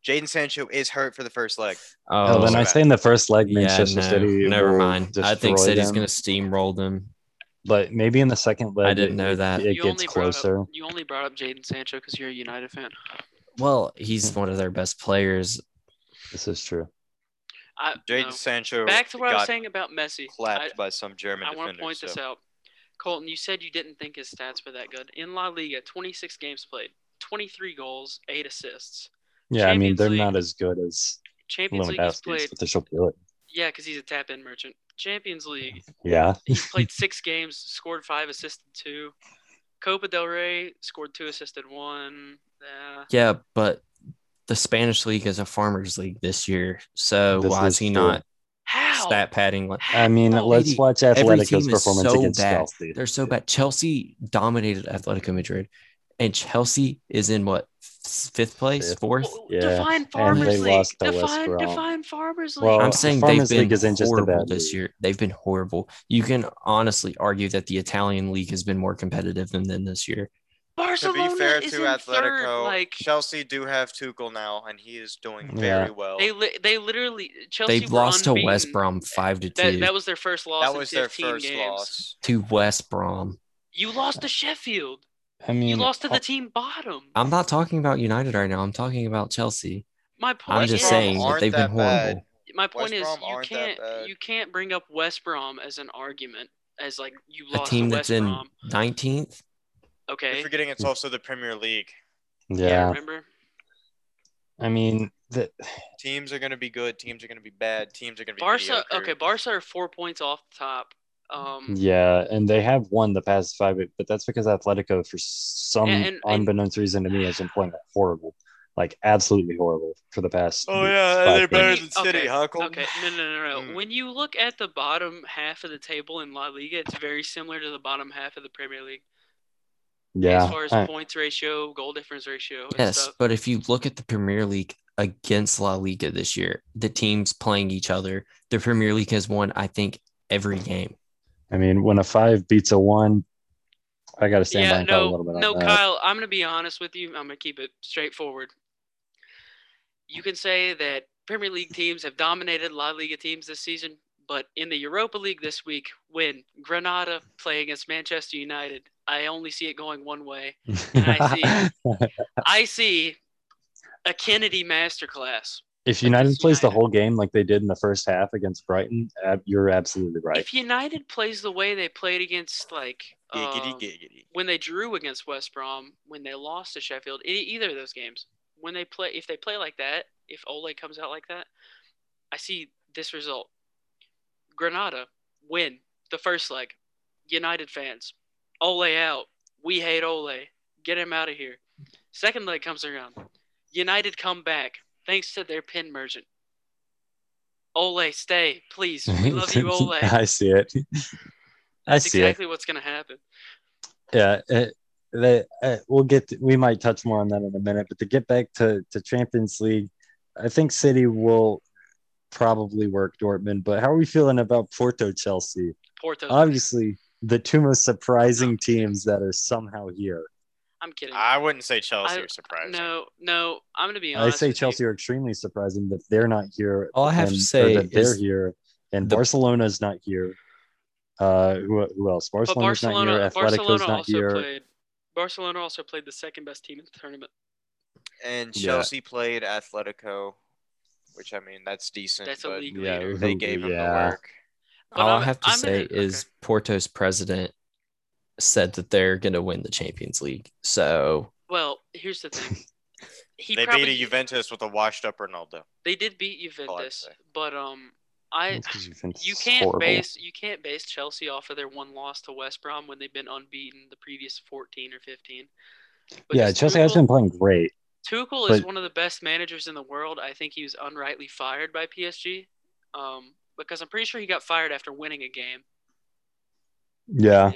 Jaden Sancho is hurt for the first leg. oh, oh, then I say in the first leg, Manchester yeah, no, City. never will mind. I think destroy City's them. going to steamroll them. but maybe in the second leg, I didn't it- know that. it gets brought closer. Up, you only brought up Jaden Sancho because you're a United fan. Well, he's one of their best players. This is true. I, Jaden no. Sancho Back to what got I was saying about Messi. clapped I- by some German I defender. want to point so. this out. Colton, you said you didn't think his stats were that good. In La Liga, 26 games played, 23 goals, 8 assists. Yeah, I mean Champions they're League. not as good as Champions League he's Lewandowski's, played. but they should do it. Yeah, because he's a tap in merchant. Champions League, Yeah, he played 6 games, scored 5, assisted 2. Copa del Rey scored 2, assisted 1. Yeah. Yeah, but the Spanish league is a farmers league this year. So This why is is he true. not How? stat padding? like- I mean How? let's Maybe. watch Every team Atletico's is performance so against bad. Chelsea. They're so bad. Chelsea dominated Atletico Madrid, and Chelsea is in what f- fifth place, Fifth. fourth. Well, Yeah, Define they farmers league. lost to West define, Brom. define farmers league. Well, I'm the saying they've Farmers been League isn't just a horrible bad this league. year. They've been horrible. You can honestly argue that the Italian league has been more competitive than them this year. To Barcelona be fair is to in third. Atletico, Like Chelsea do have Tuchel now, and he is doing Yeah. very well. they, li- they literally Chelsea. They've were lost to unbeaten. West Brom five to two. That, that was their first loss. that in was their 15 first games. loss. to West Brom. You lost to Sheffield. I mean, oh. You lost to the team bottom. I'm not talking about United right now. I'm talking about Chelsea. My I'm point just is, saying that aren't they've been that bad. horrible. my point West is, Brom you aren't that can't bad. you can't bring up West Brom as an argument as like you A lost team to that's West in Brom. 19th. Okay, You're forgetting it's also the Premier League. yeah. remember? I mean, the, Teams are going to be good. Teams are going to be bad. Teams are going to be Barca. mediocre. Okay, Barca are four points off the top. Um, yeah, and they have won the past five, but that's because Atletico, for some And- and- unbeknownst reason to me, has been playing horrible. like absolutely horrible for the past. Oh yeah, they're five better games. than City, okay, huh? Cole? Okay, no, no, no, no. Mm. When you look at the bottom half of the table in La Liga, it's very similar to the bottom half of the Premier League Yeah, as far as I- points ratio, goal difference ratio, and Yes, stuff. but if you look at the Premier League against La Liga this year, the teams playing each other, the Premier League has won, I think, every game. I mean, when a five beats a one, I got to stand by yeah, and a no, little bit on no, that. Kyle. I'm gonna be honest with you. I'm gonna keep it straightforward. You can say that Premier League teams have dominated La Liga teams this season, but in the Europa League this week, when Granada play against Manchester United, I only see it going one way. I I see a Kennedy masterclass. if United plays the United. whole game like they did in the first half against Brighton, ab- you're absolutely right. If United plays the way they played against, like, Giggity, um, giggity. when they drew against West Brom, when they lost to Sheffield, e- either of those games, when they play, if they play like that, if Ole comes out like that, I see this result: Granada win the first leg. United fans, Ole out. We hate Ole. Get him out of here. Second leg comes around. United come back thanks to their pin merchant. Ole, stay, please. We love you, Ole. I see it. I That's see it. exactly what's gonna happen. yeah it, the, uh, we'll get we might touch more on that in a minute but to get back to, to champions league i think city will probably work dortmund but how are we feeling about porto chelsea Porto. obviously the two most surprising teams that are somehow here I'm kidding. I wouldn't say Chelsea I- are surprised. No, no, I'm gonna be i honest. say with you. chelsea are extremely surprising that they're not here All I have to and- or say that they're is here and the- barcelona's not here uh who, who else But barcelona's Barcelona, not here Barcelona atletico's not also here played. Barcelona also played the second best team in the tournament. And Yeah. Chelsea played Atletico, which I mean that's decent. That's a but league Yeah, leader. They Who- gave him yeah. the work. But All i I'm- have to I'm say gonna- is okay. Porto's president said that they're going to win the Champions League. So Well, here's the thing. He they probably beat a Juventus with a washed-up Ronaldo. They did beat I'd Juventus, say. but um, I That's 'cause Juventus you is can't horrible. base you can't base Chelsea off of their one loss to West Brom when they've been unbeaten the previous 14 or 15. yeah Because chelsea has Tuchel- been playing great Tuchel is But- one of the best managers in the world. I think he was unrightly fired by PSG um, because I'm pretty sure he got fired after winning a game. yeah And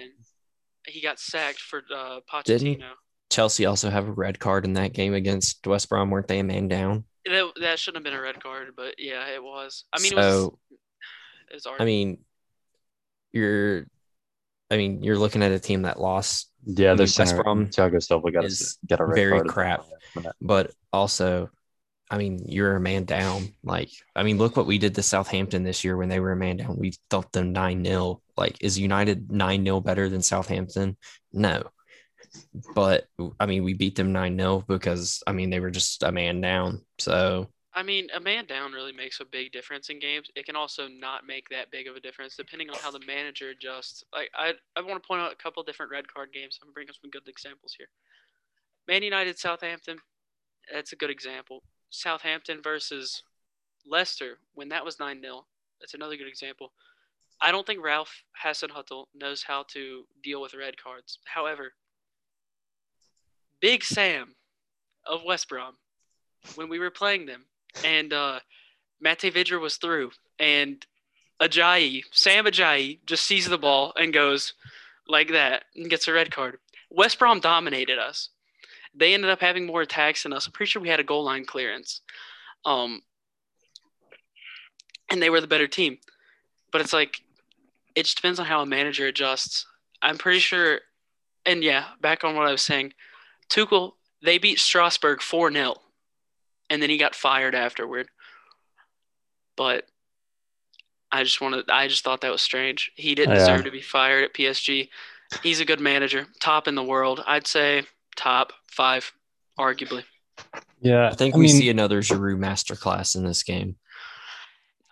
he got sacked for uh, Pochettino. Didn't- Chelsea also have a red card in that game against West Brom. Weren't they a man down? That, that shouldn't have been a red card, but yeah, it was. I mean, so, it was, it was already. I mean, you're, I mean, you're looking at a team that lost Yeah, mean, their West center, Brom Thiago Silva got is a, got a red very card. crap. but also i mean you're a man down like i mean look what we did to southampton this year when they were a man down we thumped them 9-0 like is united 9-0 better than southampton no but i mean we beat them 9-0 because i mean they were just a man down so I mean, a man down really makes a big difference in games. It can also not make that big of a difference depending on how the manager adjusts. Like I, I want to point out a couple different red card games. I'm bringing some good examples here. Man United, Southampton. That's a good example. Southampton versus Leicester when that was nine 0 That's another good example. I don't think Ralph Hasenhuttle knows how to deal with red cards. However, Big Sam of West Brom, when we were playing them, and uh, Mate Vidra was through, and Ajayi, Sam Ajayi, just sees the ball and goes like that and gets a red card. West Brom dominated us. They ended up having more attacks than us. I'm pretty sure we had a goal line clearance, um, and they were the better team. But it's like it just depends on how a manager adjusts. I'm pretty sure, and yeah, back on what I was saying, Tuchel they beat Strasbourg four 0 and then he got fired afterward. But I just wanted I just thought that was strange. He didn't Yeah. deserve to be fired at PSG. He's a good manager, top in the world. I'd say top five, arguably. Yeah, i think we see another Giroud masterclass in this game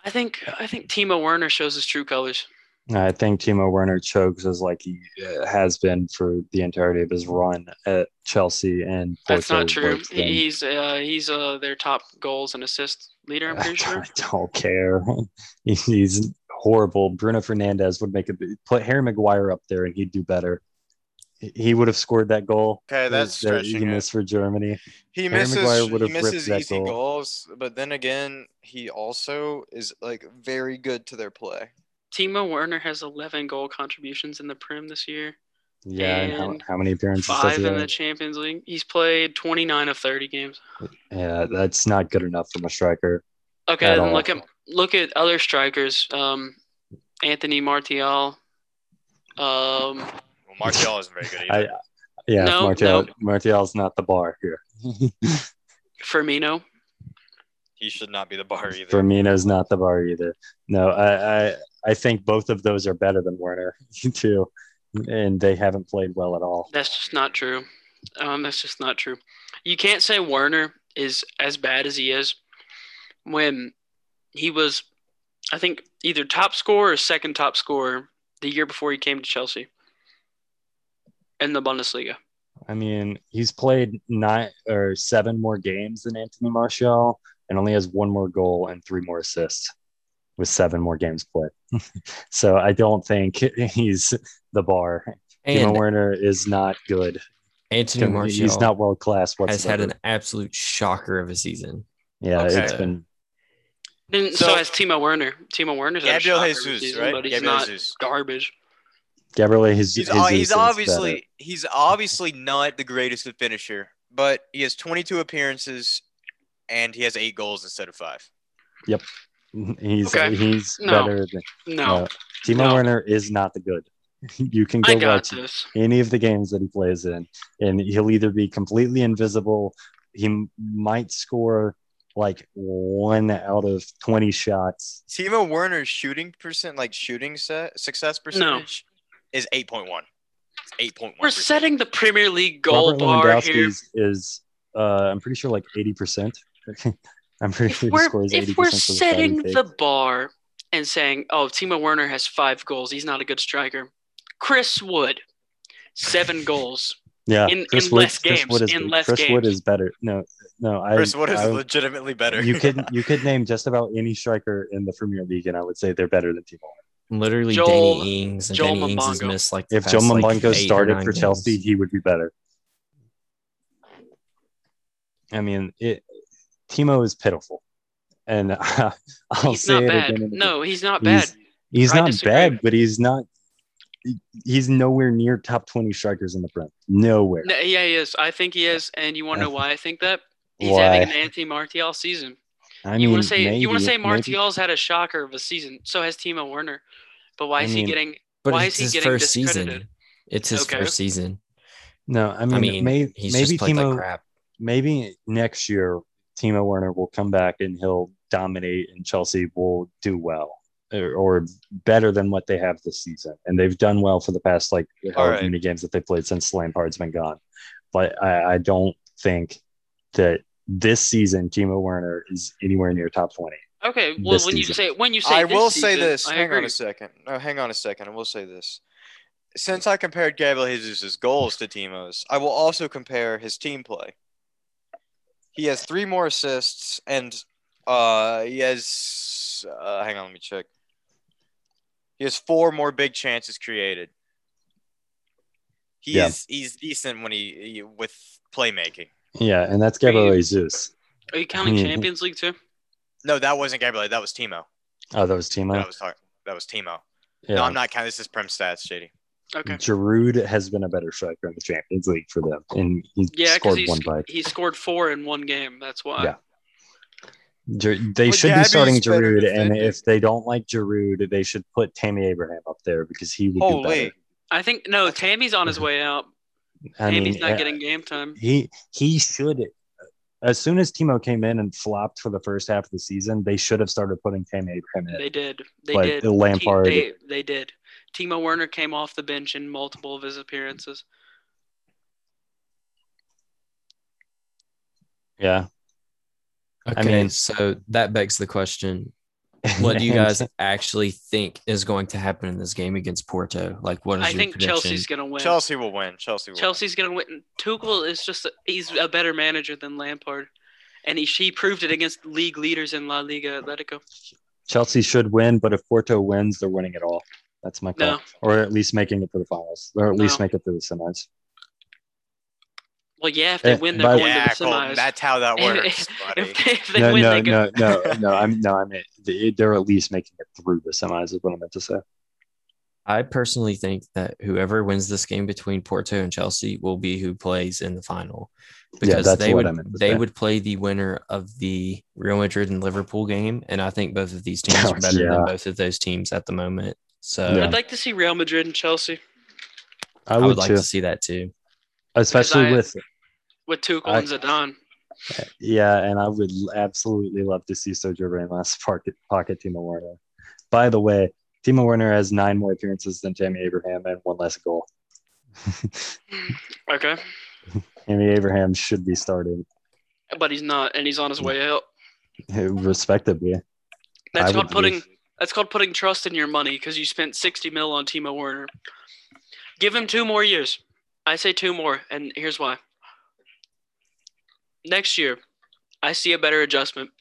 I think I think Timo Werner shows his true colors. I think Timo Werner chokes as like he uh, has been for the entirety of his run at Chelsea, and That's Porto not true. works them. He's uh, he's uh, their top goals and assists leader. I'm I pretty sure. don't, care. He's- He's horrible. Bruno Fernandez would make a big- put Harry Maguire up there, and he'd do better. he would have scored that goal. Okay, that's that he stretching it. missed for Germany. He Harry misses. Maguire would He have ripped misses that easy goal. goals, but then again, he also is like very good to their play. Timo Werner has 11 goal contributions in the Prem this year, Yeah, and how, And how many appearances does five he in have? the Champions League. He's played 29 of 30 games. Yeah, that's not good enough from a striker. Okay, At then all. look at look at other strikers. Um, Anthony Martial. Um, Well, Martial isn't very good I- either. Yeah, No, Martial no. Martial's not the bar here. Firmino. he should not be the bar either. Firmino's not the bar either. No, I, I I think both of those are better than Werner too, and they haven't played well at all. That's just not true. Um, that's just not true. You can't say Werner is as bad as he is when he was, I think, either top scorer or second top scorer the year before he came to Chelsea in the Bundesliga. I mean, he's played nine or seven more games than Anthony Martial, and only has one more goal and three more assists with seven more games played. so I don't think he's the bar. Timo And Werner is not good. Anthony Martial He's not world class has had whatsoever. an absolute shocker of a season. yeah, it's Okay. been And so, So- has Timo Werner. Timo Werner's had a Gabriel shocker Jesus, this season, right? But he's Gabriel not Jesus. garbage. Gabriel. His, He's, his uh, he's is obviously better. he's obviously not the greatest of finisher, but he has 22 appearances and he has eight goals instead of five. he's Okay. he's No. better than No, No. Timo No. Werner is not the good. You can go I got watch this. any of the games that he plays in, and he'll either be completely invisible. He m- might score like one out of twenty shots. Timo Werner's shooting percent, like shooting set success percentage, is 8.1. It's 8.1. We're setting the Premier League goal Robert bar here. Lewandowski's is uh, I'm pretty sure like eighty percent. I'm pretty if sure he we're, scores eighty if we're percent. setting the bar and saying, oh, Timo Werner has five goals, he's not a good striker. Chris Wood, seven goals. yeah, in- Chris in Wood- less Chris games, Wood is, in less Chris Wood games. is better. No, no, I. Chris Wood is I- legitimately better. you could you could name just about any striker in the Premier League, and I would say they're better than Timo. Werner. Literally, Joel- Danny Ings and Joel Danny Ings has Mbongo. missed like the If Joe past, like, Mbango eight or started nine for games. Chelsea, he would be better. I mean, it, Timo is pitiful, and uh, I'll he's say not it bad. again. and again. No, he's not bad. He's- he's I not disagree. bad, but he's not. he- He's nowhere near top twenty strikers in the Prem. Nowhere. No, yeah, he is. I think he is. And you want to know why I think that? He's Why? having an anti Martial season. I you mean, want to say you want to say maybe- maybe- Martial's had a shocker of a season. So has Timo Werner. But why I is he mean- getting? But Why it's is he his getting first season. discredited? It's his Okay. first season. No, I mean, I mean, may- he's maybe just played Timo. like crap. maybe next year Timo Werner will come back and he'll dominate and Chelsea will do well or, or better than what they have this season. And they've done well for the past like however right. many games that they played since Lampard's been gone. But I, I don't think that this season Timo Werner is anywhere near top 20. Okay, well, This when you season. say when you say I this will say season, this. I hang on agree. a second. No, hang on a second. I will say this. Since I compared Gabriel Jesus' goals to Timo's, I will also compare his team play. He has three more assists, and uh, he has. Uh, hang on, let me check. He has four more big chances created. He's Yeah. he's decent when he, he- with playmaking. Yeah, and that's Gabriel Jesus. Are you counting Mhm. Champions League too? No, that wasn't Gabriel. That was Timo. Oh, that was Timo. That was tar- that was Timo. yeah. No, I'm not counting. This is Prem stats, JD. Okay. Giroud has been a better striker in the Champions League for them, and he Yeah, because scored he, one sc- by he scored four in one game. That's why. Yeah. Ger- they Well, should be Gabby's starting better Giroud, and defending. if they don't like Giroud, they should put Tammy Abraham up there because he would do Holy. better. I think no. Tammy's on his way out. I mean, Tammy's not uh, getting game time. he he should. As soon as Timo came in and flopped for the first half of the season, they should have started putting Tammy Abraham in. They did. They Like, did. the Lampard- They, they did. Timo Werner came off the bench in multiple of his appearances. Yeah. Okay, mean- so that begs the question: What do you guys actually think is going to happen in this game against Porto? Like, what is I your think prediction? Chelsea's gonna win. Chelsea will win. Chelsea will Chelsea's gonna win. Tuchel is just—he's a better manager than Lampard, and he she proved it against league leaders in La Liga Atletico. Chelsea should win, but if Porto wins, they're winning it all. That's my call. No. Or at least making it to the finals, or at least No. make it to the semis. Well, yeah, if they Eh, win, by- they're going yeah, to the Colton, semis. that's how that works, buddy. if, if they no, win, no, they go. no, no, no. I'm no, I mean they- they're at least making it through the semis is what I meant to say. I personally think that whoever wins this game between Porto and Chelsea will be who plays in the final because that's they what would I meant to they say. would play the winner of the Real Madrid and Liverpool game, and I think both of these teams Oh, are better yeah. than both of those teams at the moment. So Yeah. I'd like to see Real Madrid and Chelsea I I would, would like too, to see that too. especially I- with with Tuchel I- and Zidane. yeah, and I would l- absolutely love to see Sergio Ramos pocket pocket Timo Werner. By the way, Timo Werner has nine more appearances than Tammy Abraham and one less goal. Okay, Tammy Abraham should be starting but he's not, and he's on his way out. respectively. That's I called would putting. lose. That's called putting trust in your money because you spent sixty mil on Timo Werner. Give him two more years. I say two more, and here's why. Next year, I see a better adjustment.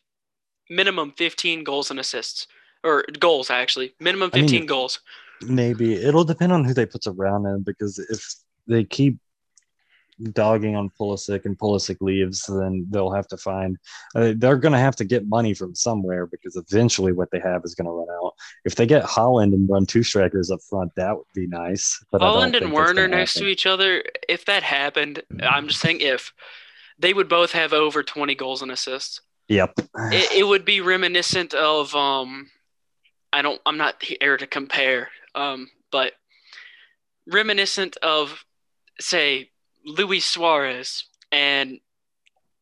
Minimum fifteen goals and assists, or goals actually. Minimum I mean- fifteen goals. Maybe it'll depend on who they puts around him because if they keep dogging on Pulisic and Pulisic leaves, then they'll have to find. Uh, they're going to have to get money from somewhere because eventually what they have is going to run out. If they get Holland and run two strikers up front, that would be nice. But I don't Holland think and that's Werner gonna next to happen. each other. If that happened, I'm just saying if they would both have over twenty goals and assists. Yep. it, it would be reminiscent of um i don't i'm not here to compare um but reminiscent of say luis suarez and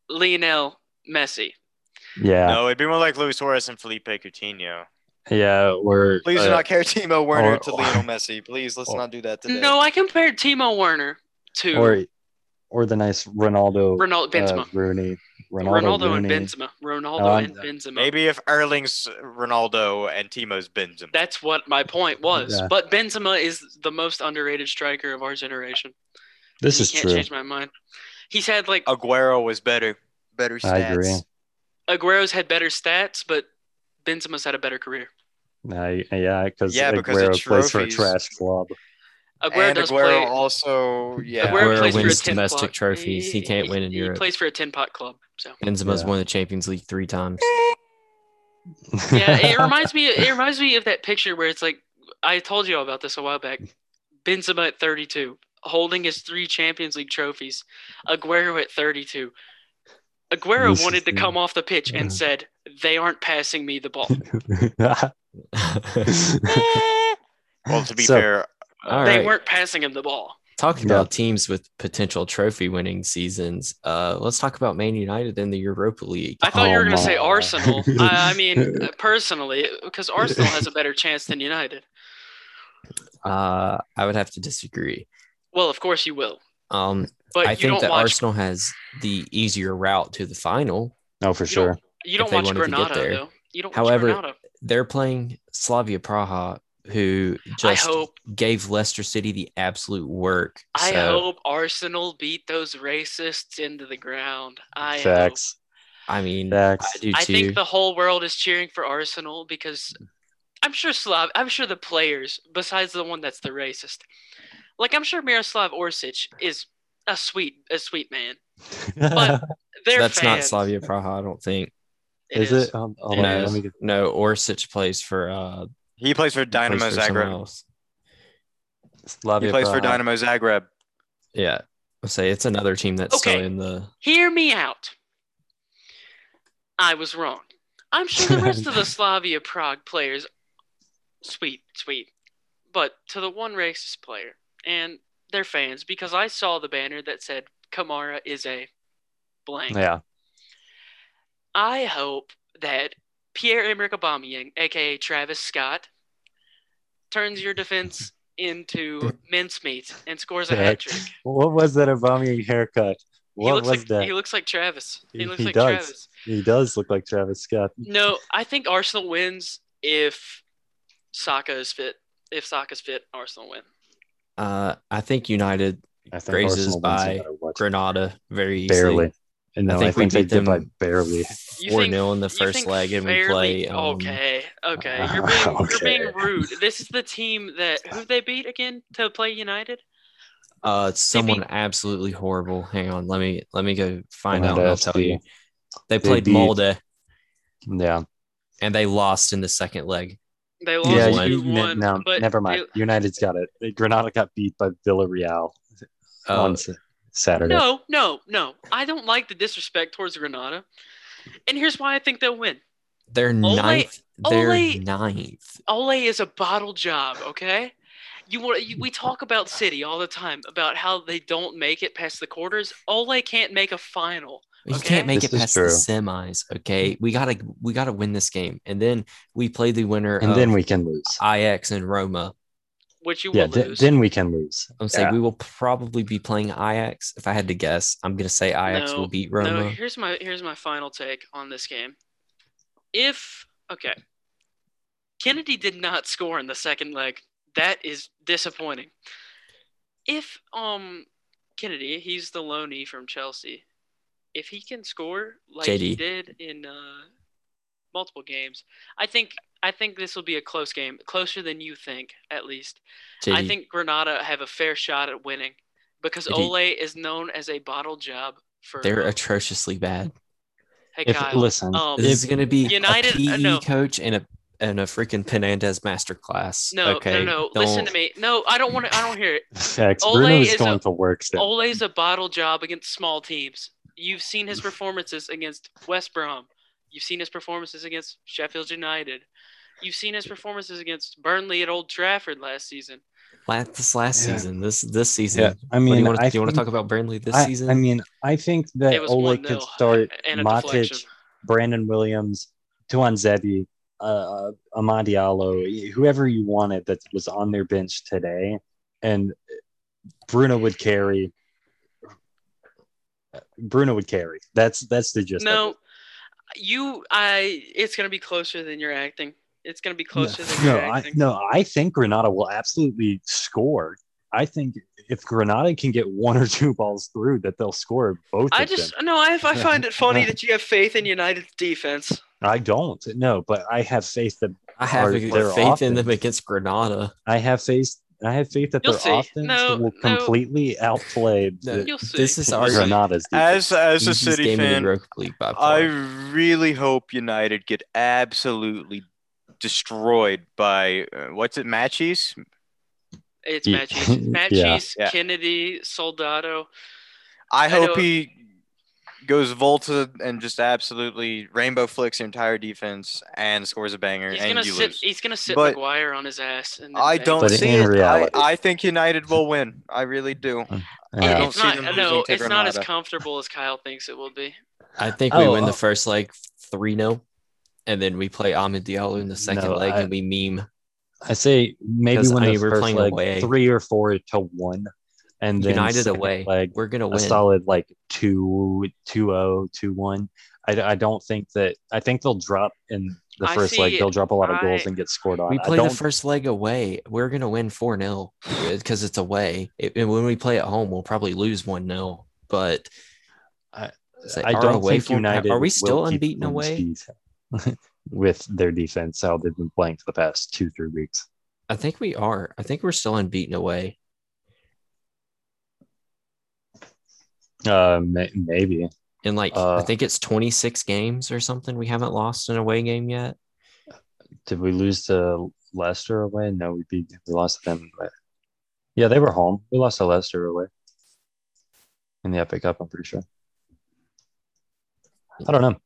lionel messi yeah. No, it'd be more like Luis Suarez and Felipe Coutinho. Yeah. Or Please do uh, not compare Timo Werner or- to Lionel Messi. Please, let's or- not do that today. no i compared timo werner to or or the nice Ronaldo ronaldo benzema uh, Rooney. ronaldo, Ronaldo, Rooney. Uh, and benzema ronaldo No, I'm- and benzema Maybe if Erling's Ronaldo and Timo's Benzema. that's what my point was Yeah. but benzema is the most underrated striker of our generation This You is can't true. change my mind he's had like Aguero was better. Better stats. I agree. Aguero's had better stats, but Benzema's had a better career. I, yeah, because Yeah, because the Aguero plays for a trophies- trash club. Aguero and does Aguero play. also, yeah. Aguero Aguero plays for a wins 10 domestic pot- trophies. He can't win in he Europe. plays for a ten pot club. So Benzema's Yeah. won the Champions League three times. yeah, it reminds me. It reminds me of that picture where it's like I told you all about this a while back. Benzema at 32, holding his three Champions League trophies. Aguero at 32. Aguero This is wanted to the- come off the pitch Yeah. and said, "They aren't passing me the ball." Eh. Well, to be So- fair, All they right. weren't passing him the ball. Talking Yeah. about teams with potential trophy winning seasons, uh, let's talk about Man United in the Europa League. I thought you Oh were going to say my. Arsenal. I, I mean, uh, personally, because Arsenal has a better chance than United. Uh, I would have to disagree. Well, of course you will, Um, but I you don't think that watch. Arsenal has the easier route to the final. no, Oh, for you don't- sure. you if don't they watch wanted to get Granada there. though. You don't. However, watch Granada. They're playing Slavia Praha, who just I hope. gave Leicester City the absolute work. I so hope Arsenal beat those racists into the ground. I Facts. I mean, I Facts. do Hope. I too. think the whole world is cheering for Arsenal because I'm sure Slav. I'm sure the players, besides the one that's the racist, like I'm sure Miroslav Orsic is a sweet, a sweet man. but They're That's not fans. Slavia Praha, I don't think. is it? Um, hold on, no, let me get- no, Orsic plays for uh, he plays for plays Dynamo for someone Zagreb. else. Slavia He plays for Praha. Dynamo Zagreb. Yeah. I'll say it's another team that's still Okay. in the Hear me out. I was wrong. I'm sure the rest of the Slavia Prague players, sweet, sweet, but to the one racist player and their fans, because I saw the banner that said Kamara is a blank. Yeah. I hope that Pierre Emerick Aubameyang, aka Travis Scott, turns your defense into mincemeat and scores a hat Facts. trick. What was that Aubameyang haircut? he What looks was like that? he looks like Travis. He, He- looks he like does. Travis. He does look like Travis Scott. No, I think Arsenal wins if Saka is fit. If Saka's fit, Arsenal win. uh I think United I think Grazes Arsenal wins no by matter what. Granada very easily. barely. And no, I think, we they beat did by them barely. You Four think- nil in the you first think leg, and we fairly- play. Um, okay, okay. You're being, okay. you're being rude. This is the team that who they beat again to play United. Uh, it's someone beat- absolutely horrible. Hang on, let me let me go find Molde out. And I'll FC. tell you. They They played beat- Molde Yeah. and they lost in the second leg. They lost Yeah. you- two you- ne- one. no, but never mind. they- United's got it. Granada got beat by Villarreal Uh, on Saturday. No, no, no. I don't like the disrespect towards Granada. And here's why I think they'll win. they're Ole- ninth. They're Ole- ninth. Ole is a bottle job, okay? You want you, we talk about City all the time about how they don't make it past the quarters. Ole can't make a final. You Okay. can't make This it is past true. the semis. Okay, we gotta we gotta win this game, and then we play the winner And of then we can lose. IX and Roma. Which you Yeah. uh, will th- lose. then we can lose. I'm saying Yeah. we will probably be playing IX. If I had to guess, I'm gonna say IX No, will beat No, Roma. here's my here's my final take on this game. If okay, Kennedy did not score in the second leg. That is disappointing. If um Kennedy, he's the loanee from Chelsea. If he can score like he JD. did in uh, multiple games, I think I think this will be a close game, closer than you think, at least. I JD. think Granada have a fair shot at winning because JD. Ole is known as a bottle job for they're atrociously bad. Hey If Kyle, listen, um, This is going to be United- a PE uh, no. coach and a and a freaking Penandez masterclass. no, okay, no, no, Listen to don't- me. No, I don't want to. I don't hear it. facts. Ole Bruno is is going a- to work still. Ole's a bottle job against small teams. You've seen his performances against West Brom. You've seen his performances against Sheffield United. You've seen his performances against Burnley at Old Trafford last season. La- This last Yeah. season, this this season. yeah. I What do mean, you want I to, do you want to think- talk about Burnley this I, season? I mean, I think that It was Ole one could nil start and a Matic, deflection. Brandon Williams, Tuan Zebi, uh, uh, Amad Diallo, whoever you wanted that was on their bench today, and Bruno would carry. Bruno would carry. That's that's the gist. No, of you. I. It's gonna be closer than you're acting. It's gonna be it. closer than no, you're no, I, acting. no. I think Granada will absolutely score. I think if Granada can get one or two balls through, that they'll score both. I of them. just no. I, I find it funny that you have faith in United's defense. I don't. No, but I have faith that I have Or faith their in offense. them against Granada. I have faith. I have faith that You'll their see. offense No, will no. completely outplay No, the You'll see. This is our Granada's defense. As as a easiest City game in fan, the Europa League by I far. really hope United get absolutely destroyed by uh, what's it, Matches? It's Yeah. Matches. Yeah. Matches, Yeah. Kennedy, Soldado. I hope know- he goes Volta and just absolutely rainbow flicks the entire defense and scores a banger He's and gonna you sit. lose. He's gonna sit But- Maguire on his ass. And then I bang. don't But see in it. reality- I, I think United will win. I really do. I It's Uh, don't see not- them no, losing to it's not as Granada. comfortable as Kyle thinks it will be. I think we Oh, win oh. the first leg three 0 and then we play Ahmed Diallo in the second No, leg I- and we meme. I say maybe Because, when I the mean, we're first playing leg away. three or four to one, and then United second away. leg We're gonna a win. solid like two two oh two one. I, I don't think that I think they'll drop in the I first see. leg. They'll drop a lot of I- goals and get scored on. We I play the don't- first leg away. We're gonna win four 0 because it's away. It- and when we play at home, we'll probably lose one 0 But I- say, I our don't away think form- United Are we will still keep unbeaten clean away? sheets with their defense? How they've been playing for the past two three weeks. I think we are. I think we're still unbeaten away. Uh, may- maybe. And like Uh, I think it's 26 games or something. We haven't lost an away game yet. Did we lose to Leicester away? No, we beat. We lost to them. But yeah, they were home. We lost to Leicester away in the Epic Cup. I'm pretty sure. I don't know,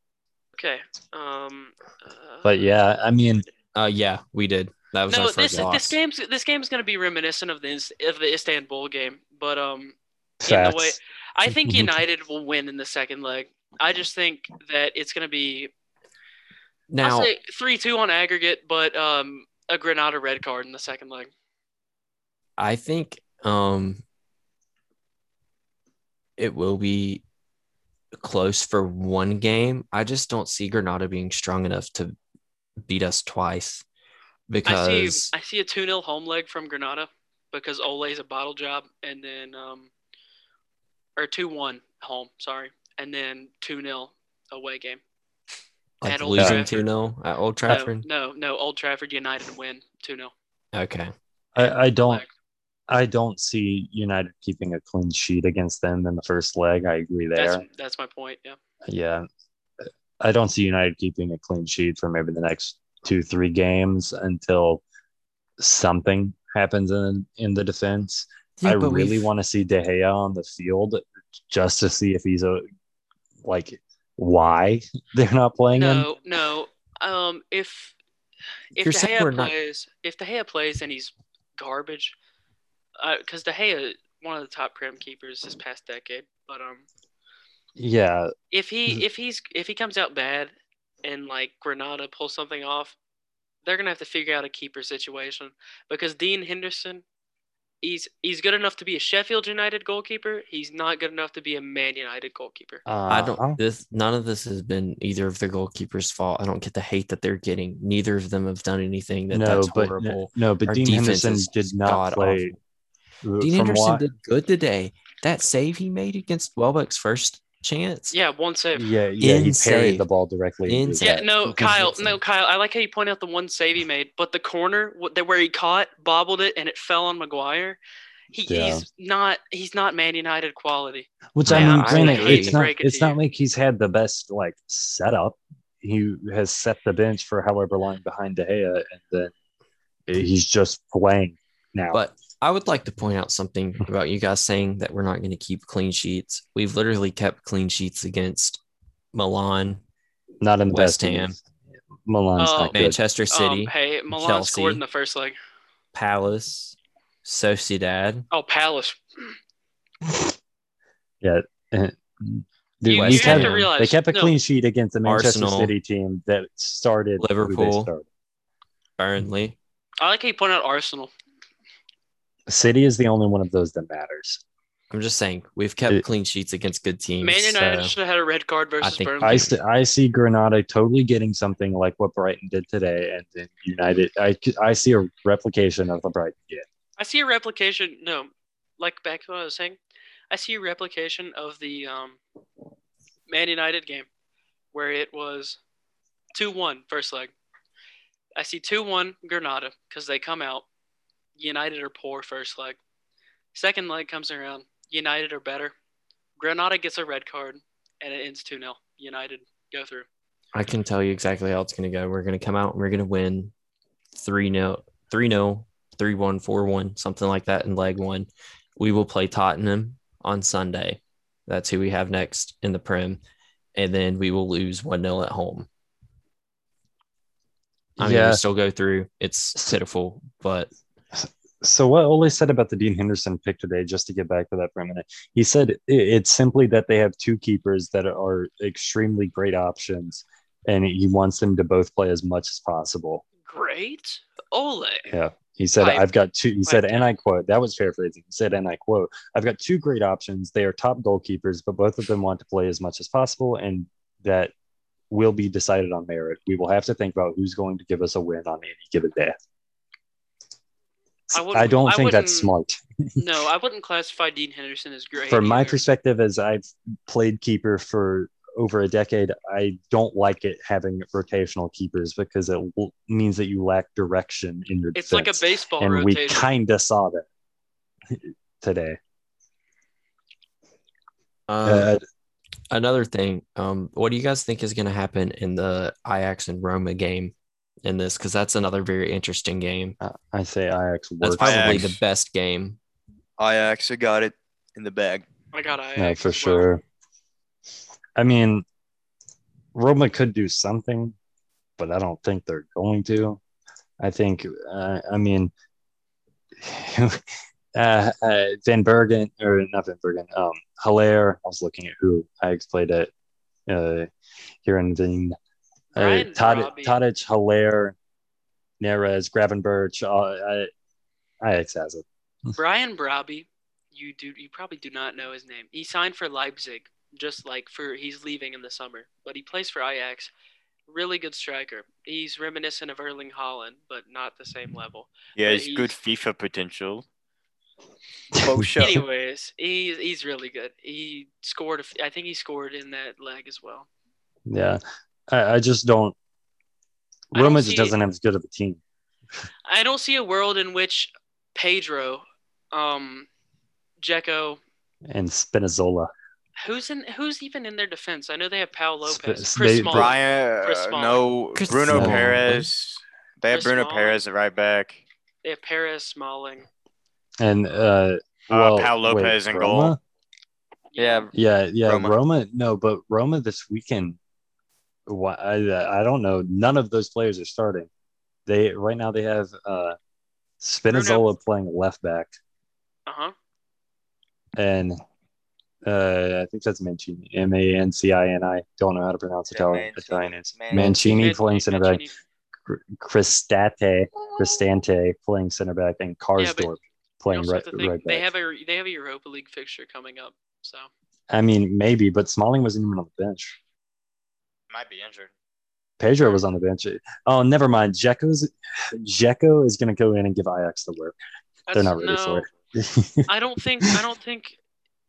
Okay. Um. uh, but yeah, I mean, Uh, yeah, we did. That was our No, first this loss. this game's this game's gonna be reminiscent of the Ins- of the Istanbul game, but um, facts. way- I think Mhm. United will win in the second leg. I just think that it's gonna be now, I'll say three two on aggregate, but um a Granada red card in the second leg. I think um, it will be close for one game. I just don't see Granada being strong enough to beat us twice because I see I see a 2 0 home leg from Granada because Ole's a bottle job and then um or two one home, sorry. and then 2 0 away game. Like At Old losing Trafford. 2 0 at Old No, Trafford? No, no, Old Trafford United win 2 0. Okay. I, I don't I don't see United keeping a clean sheet against them in the first leg. I agree there. That's, that's my point. Yeah. yeah. I don't see United keeping a clean sheet for maybe the next two, three games until something happens in in the defense. I really want to see De Gea on the field just to see if he's a like why they're not playing him. No, no. Um, if if You're De saying we're Gea not- plays, if De Gea plays and he's garbage, because De Gea one of the top prem keepers this past decade. But um, Yeah, if Mhm. Mm-hmm. he if he's if he comes out bad and like Granada pulls something off, they're gonna have to figure out a keeper situation because Dean Henderson, he's he's good enough to be a Sheffield United goalkeeper. He's not good enough to be a Man United goalkeeper. uh, I don't. This none of this has been either of the goalkeepers' fault. I don't get the hate that they're getting. Neither of them have done anything that that's but horrible. no, but Our Dean defense Henderson is did not god play. uh, Dean from Anderson what- did good today. That save he made against Welbeck's first chance. Yeah, one save. Yeah, yeah, he Insane. parried the ball directly. into his Insane. Yeah, net. no, Because Kyle, it's a- no, Kyle. I like how you point out the one save he made, but the corner wh- that- where he caught, bobbled it, and it fell on Maguire. He, Yeah. He's not. He's not Man United quality. Which Yeah, I mean, I granted, agree. it's not Break it it's to not you. like he's had the best like setup. He has set the bench for however long behind De Gea, and then uh, he's just playing now. But I would like to point out something about you guys saying that we're not going to keep clean sheets. We've literally kept clean sheets against Milan, not in the best West teams. Ham. Milan's Oh, not good. Manchester Um, City, hey, Milan Chelsea. scored in the first leg. Palace, Sociedad. Oh, Palace. Dude, You- we you kept- have to realize- they kept a no. clean sheet against the Manchester Arsenal. City team that started who they Liverpool. started. Burnley. I like how you point out Arsenal. City is the only one of those that matters. I'm just saying we've kept It- clean sheets against good teams. Man United so- should have had a red card versus think- Burnley. uh, I, see, I see Granada totally getting something like what Brighton did today, and then United. I, I see a replication of the Brighton game. I see a replication. No, like back to what I was saying, I see a replication of the um, Man United game where it was 2 1 first leg. I see 2 1 Granada because they come out. United are poor first leg. Second leg comes around. United are better. Granada gets a red card and it ends 2 0. United go through. I can tell you exactly how it's going to go. We're going to come out and we're going to win 3 0, 3 0, 3 1, 4 1, something like that in leg one. We will play Tottenham on Sunday. That's who we have next in the Prem. And then we will lose 1 0 at home. I mean, Yeah. we still go through. It's pitiful, but So what Ole said about the Dean Henderson pick today, just to get back to that for a minute, he said it- it's simply that they have two keepers that are extremely great options, and he wants them to both play as much as possible. Great. Ole. Yeah. He said, I- I, have got two. He said, I- and I quote, that was paraphrasing. He said, and I quote, I've got two great options. They are top goalkeepers, but both of them want to play as much as possible, and that will be decided on merit. We will have to think about who's going to give us a win on any given day. I I, wouldn't- I don't think that's wouldn't- smart. No, I wouldn't classify Dean Henderson as great. From my either. perspective, as I've played keeper for over a decade, I don't like it having rotational keepers because it l- means that you lack direction in your It's defense. like a baseball and we rotation. kind of saw that today. um, Uh, another thing. Um, what do you guys think is going to happen in the Ajax and Roma game in this? Because that's another very interesting game. I- I say Ajax That's works. probably Ajax. the best game I actually got it in the bag. I got Ajax. no, for as well. sure. I mean, Roma could do something, but I don't think they're going to. I think, uh, I mean, uh, uh, Van Bergen, or not Van Bergen, um, Hilaire. I was looking at who Ajax played at uh, here in Veen. Uh, Ryan Tad- Robbie. Tadic, Hilaire, Neres, Gravenberch. Uh, I, Ajax has it. Brian Brobby, you do you probably do not know his name. He signed for Leipzig, just like for he's leaving in the summer, but he plays for Ajax. Really good striker. He's reminiscent of Erling Holland, but not the same level. Yeah, But it's good he's- FIFA potential. Oh, Bo Show. Anyways, he's he's really good. He scored. a f- I think he scored in that leg as well. Yeah, I, I just don't. I don't Roma just see- doesn't have as good of a team. I don't see a world in which Pedro, um, Jekko, And Spinazzola. who's in who's even in their defense? I know they have Paul Sp- Lopez, they- Chris Small. Brian, Chris uh, Smalling. no, Chris Bruno Smalling. Perez. They have Chris Bruno Smalling. Perez at right back. They have Perez, Smalling. And uh, Uh, well, Pau wait, Lopez in goal. Roma? Yeah, Yeah, yeah. Roma. Roma. no, but Roma this weekend. Why I, I don't know. None of those players are starting. They right now they have uh, Spinazzola playing left back, Uh huh. and uh, I think that's Mancini. M A N C I N I. Don't know how to pronounce Yeah, Italian. Mancini. Italian is Man- Mancini, playing center back. Mancini. Cr- Cristate, Cristante playing center back, and Karsdorp You playing also right, have to think right back. They have a they have a Europa League fixture coming up. So I mean, maybe, but Smalling wasn't even on the bench. might be injured. Pedro was on the bench. Oh, never mind. Jekyll's Jekko is going to go in and give Ajax the work. They're that's- not ready no, for it. I don't think I don't think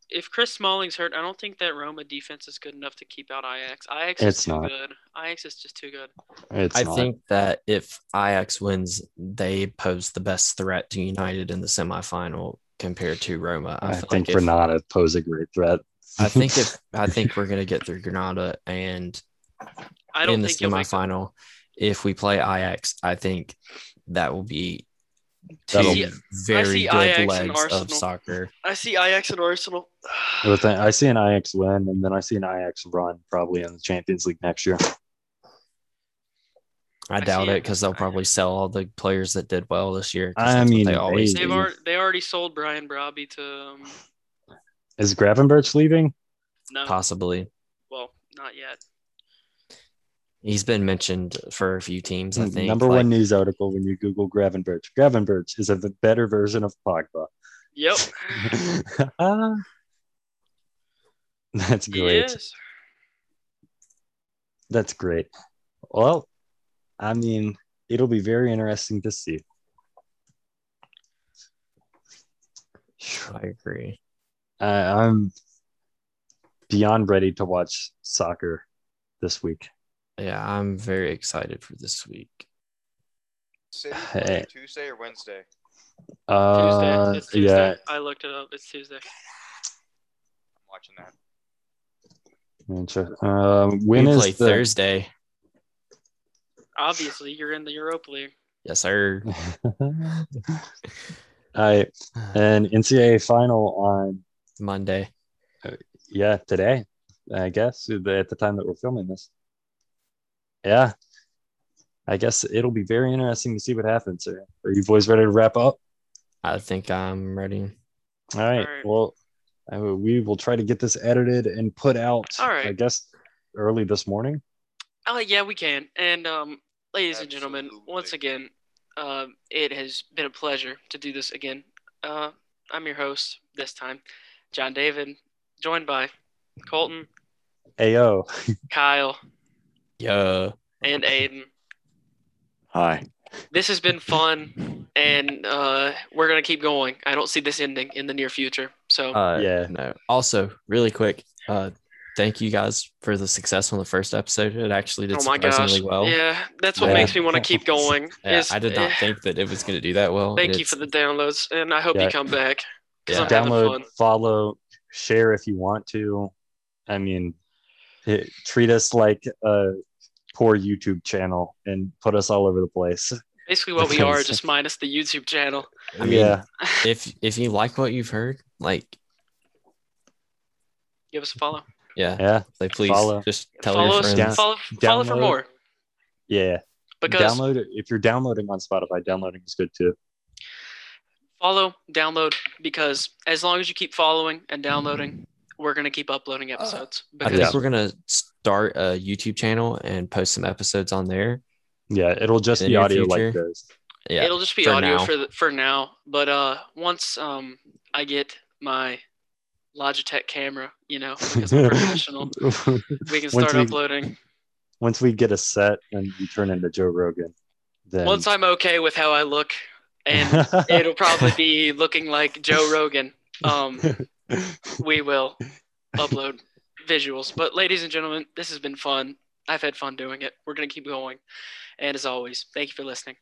if Chris Smalling's hurt, I don't think that Roma defense is good enough to keep out Ajax. Ajax is It's too not. good. Ajax is just too good. It's I not. think that if Ajax wins, they pose the best threat to United in the semifinal compared to Roma. I, feel think like if- Granada pose a great threat. I think if I think we're gonna get through Granada and I don't in the think you'll make the- semifinal, if we play Ajax, I think that will be two That'll- See, very see good Ajax and legs Arsenal. of soccer. I see Ajax and Arsenal. But then I see an Ajax win, and then I see an Ajax run probably in the Champions League next year. I, I doubt see it it. because they'll probably sell all the players that did well this year. 'cause I that's what mean, they always They've maybe. do. already, they already sold Brian Brobby to um, Is Gravenberch leaving? no, possibly. well, not yet. He's been mentioned for a few teams. I think Mm, Number like- one news article when you Google Gravenberch. Gravenberch is a v- better version of Pogba. Yep. That's great. Yes. That's great. Well, I mean, it'll be very interesting to see. I agree. Uh, I'm beyond ready to watch soccer this week. Yeah, I'm very excited for this week. City Hey. playing Tuesday or Wednesday? Tuesday. Uh, it's Tuesday. yeah, I looked it up. It's Tuesday. I'm watching that. Manchester. Um, when we is play the Thursday. Obviously, you're in the Europa League. Yes, sir. All right, and NCAA final on Monday. yeah today, I guess at the time that we're filming this. Yeah, I guess it'll be very interesting to see what happens. Are are you boys ready to wrap up? I think I'm ready. All right. right. Well, I, will- we will try to get this edited and put out. All right. I guess early this morning. Oh yeah, we can. And um, ladies and gentlemen, Absolutely. once again, um, it has been a pleasure to do this again. Uh, I'm your host this time, John David, joined by Colton, Ayo. Kyle, Yeah. and Aiden. Hi. This has been fun, and uh, we're gonna keep going. I don't see this ending in the near future. So Uh, Yeah. No. Also, really quick, uh, thank you guys for the success on the first episode. It actually did Oh my surprisingly gosh. well. Yeah, that's what Yeah. makes me want to keep going. Yeah, is- I did not eh, think that it was going to do that well. Thank and you for it's- the downloads, and I hope Yeah. you come back. 'cause Yeah. I'm having Download, fun. follow, share if you want to. I mean, it, treat us like a poor YouTube channel and put us all over the place. Basically, what we are, Because- just minus the YouTube channel. I mean, yeah. if if you like what you've heard, like, Give us a follow. yeah, Yeah. like please Follow. just tell follow your us. friends. Yeah. Follow, follow for Download. more Yeah. because Download it. If you're downloading on Spotify, downloading is good too. follow, download because as long as you keep following and downloading, we're gonna keep uploading episodes. I Because think we're gonna start a YouTube channel and post some episodes on there. Yeah. It'll just In the be near audio like future. this. Yeah, it'll just be for audio now. for the, for now. But uh, once um, I get my Logitech camera, you know, because I'm professional, we can Once start we- uploading. Once we get a set and you turn into Joe Rogan, then Once I'm okay with how I look, and it'll probably be looking like Joe Rogan. Um, we will upload visuals. But, ladies and gentlemen, this has been fun. I've had fun doing it. We're going to keep going. And as always, thank you for listening.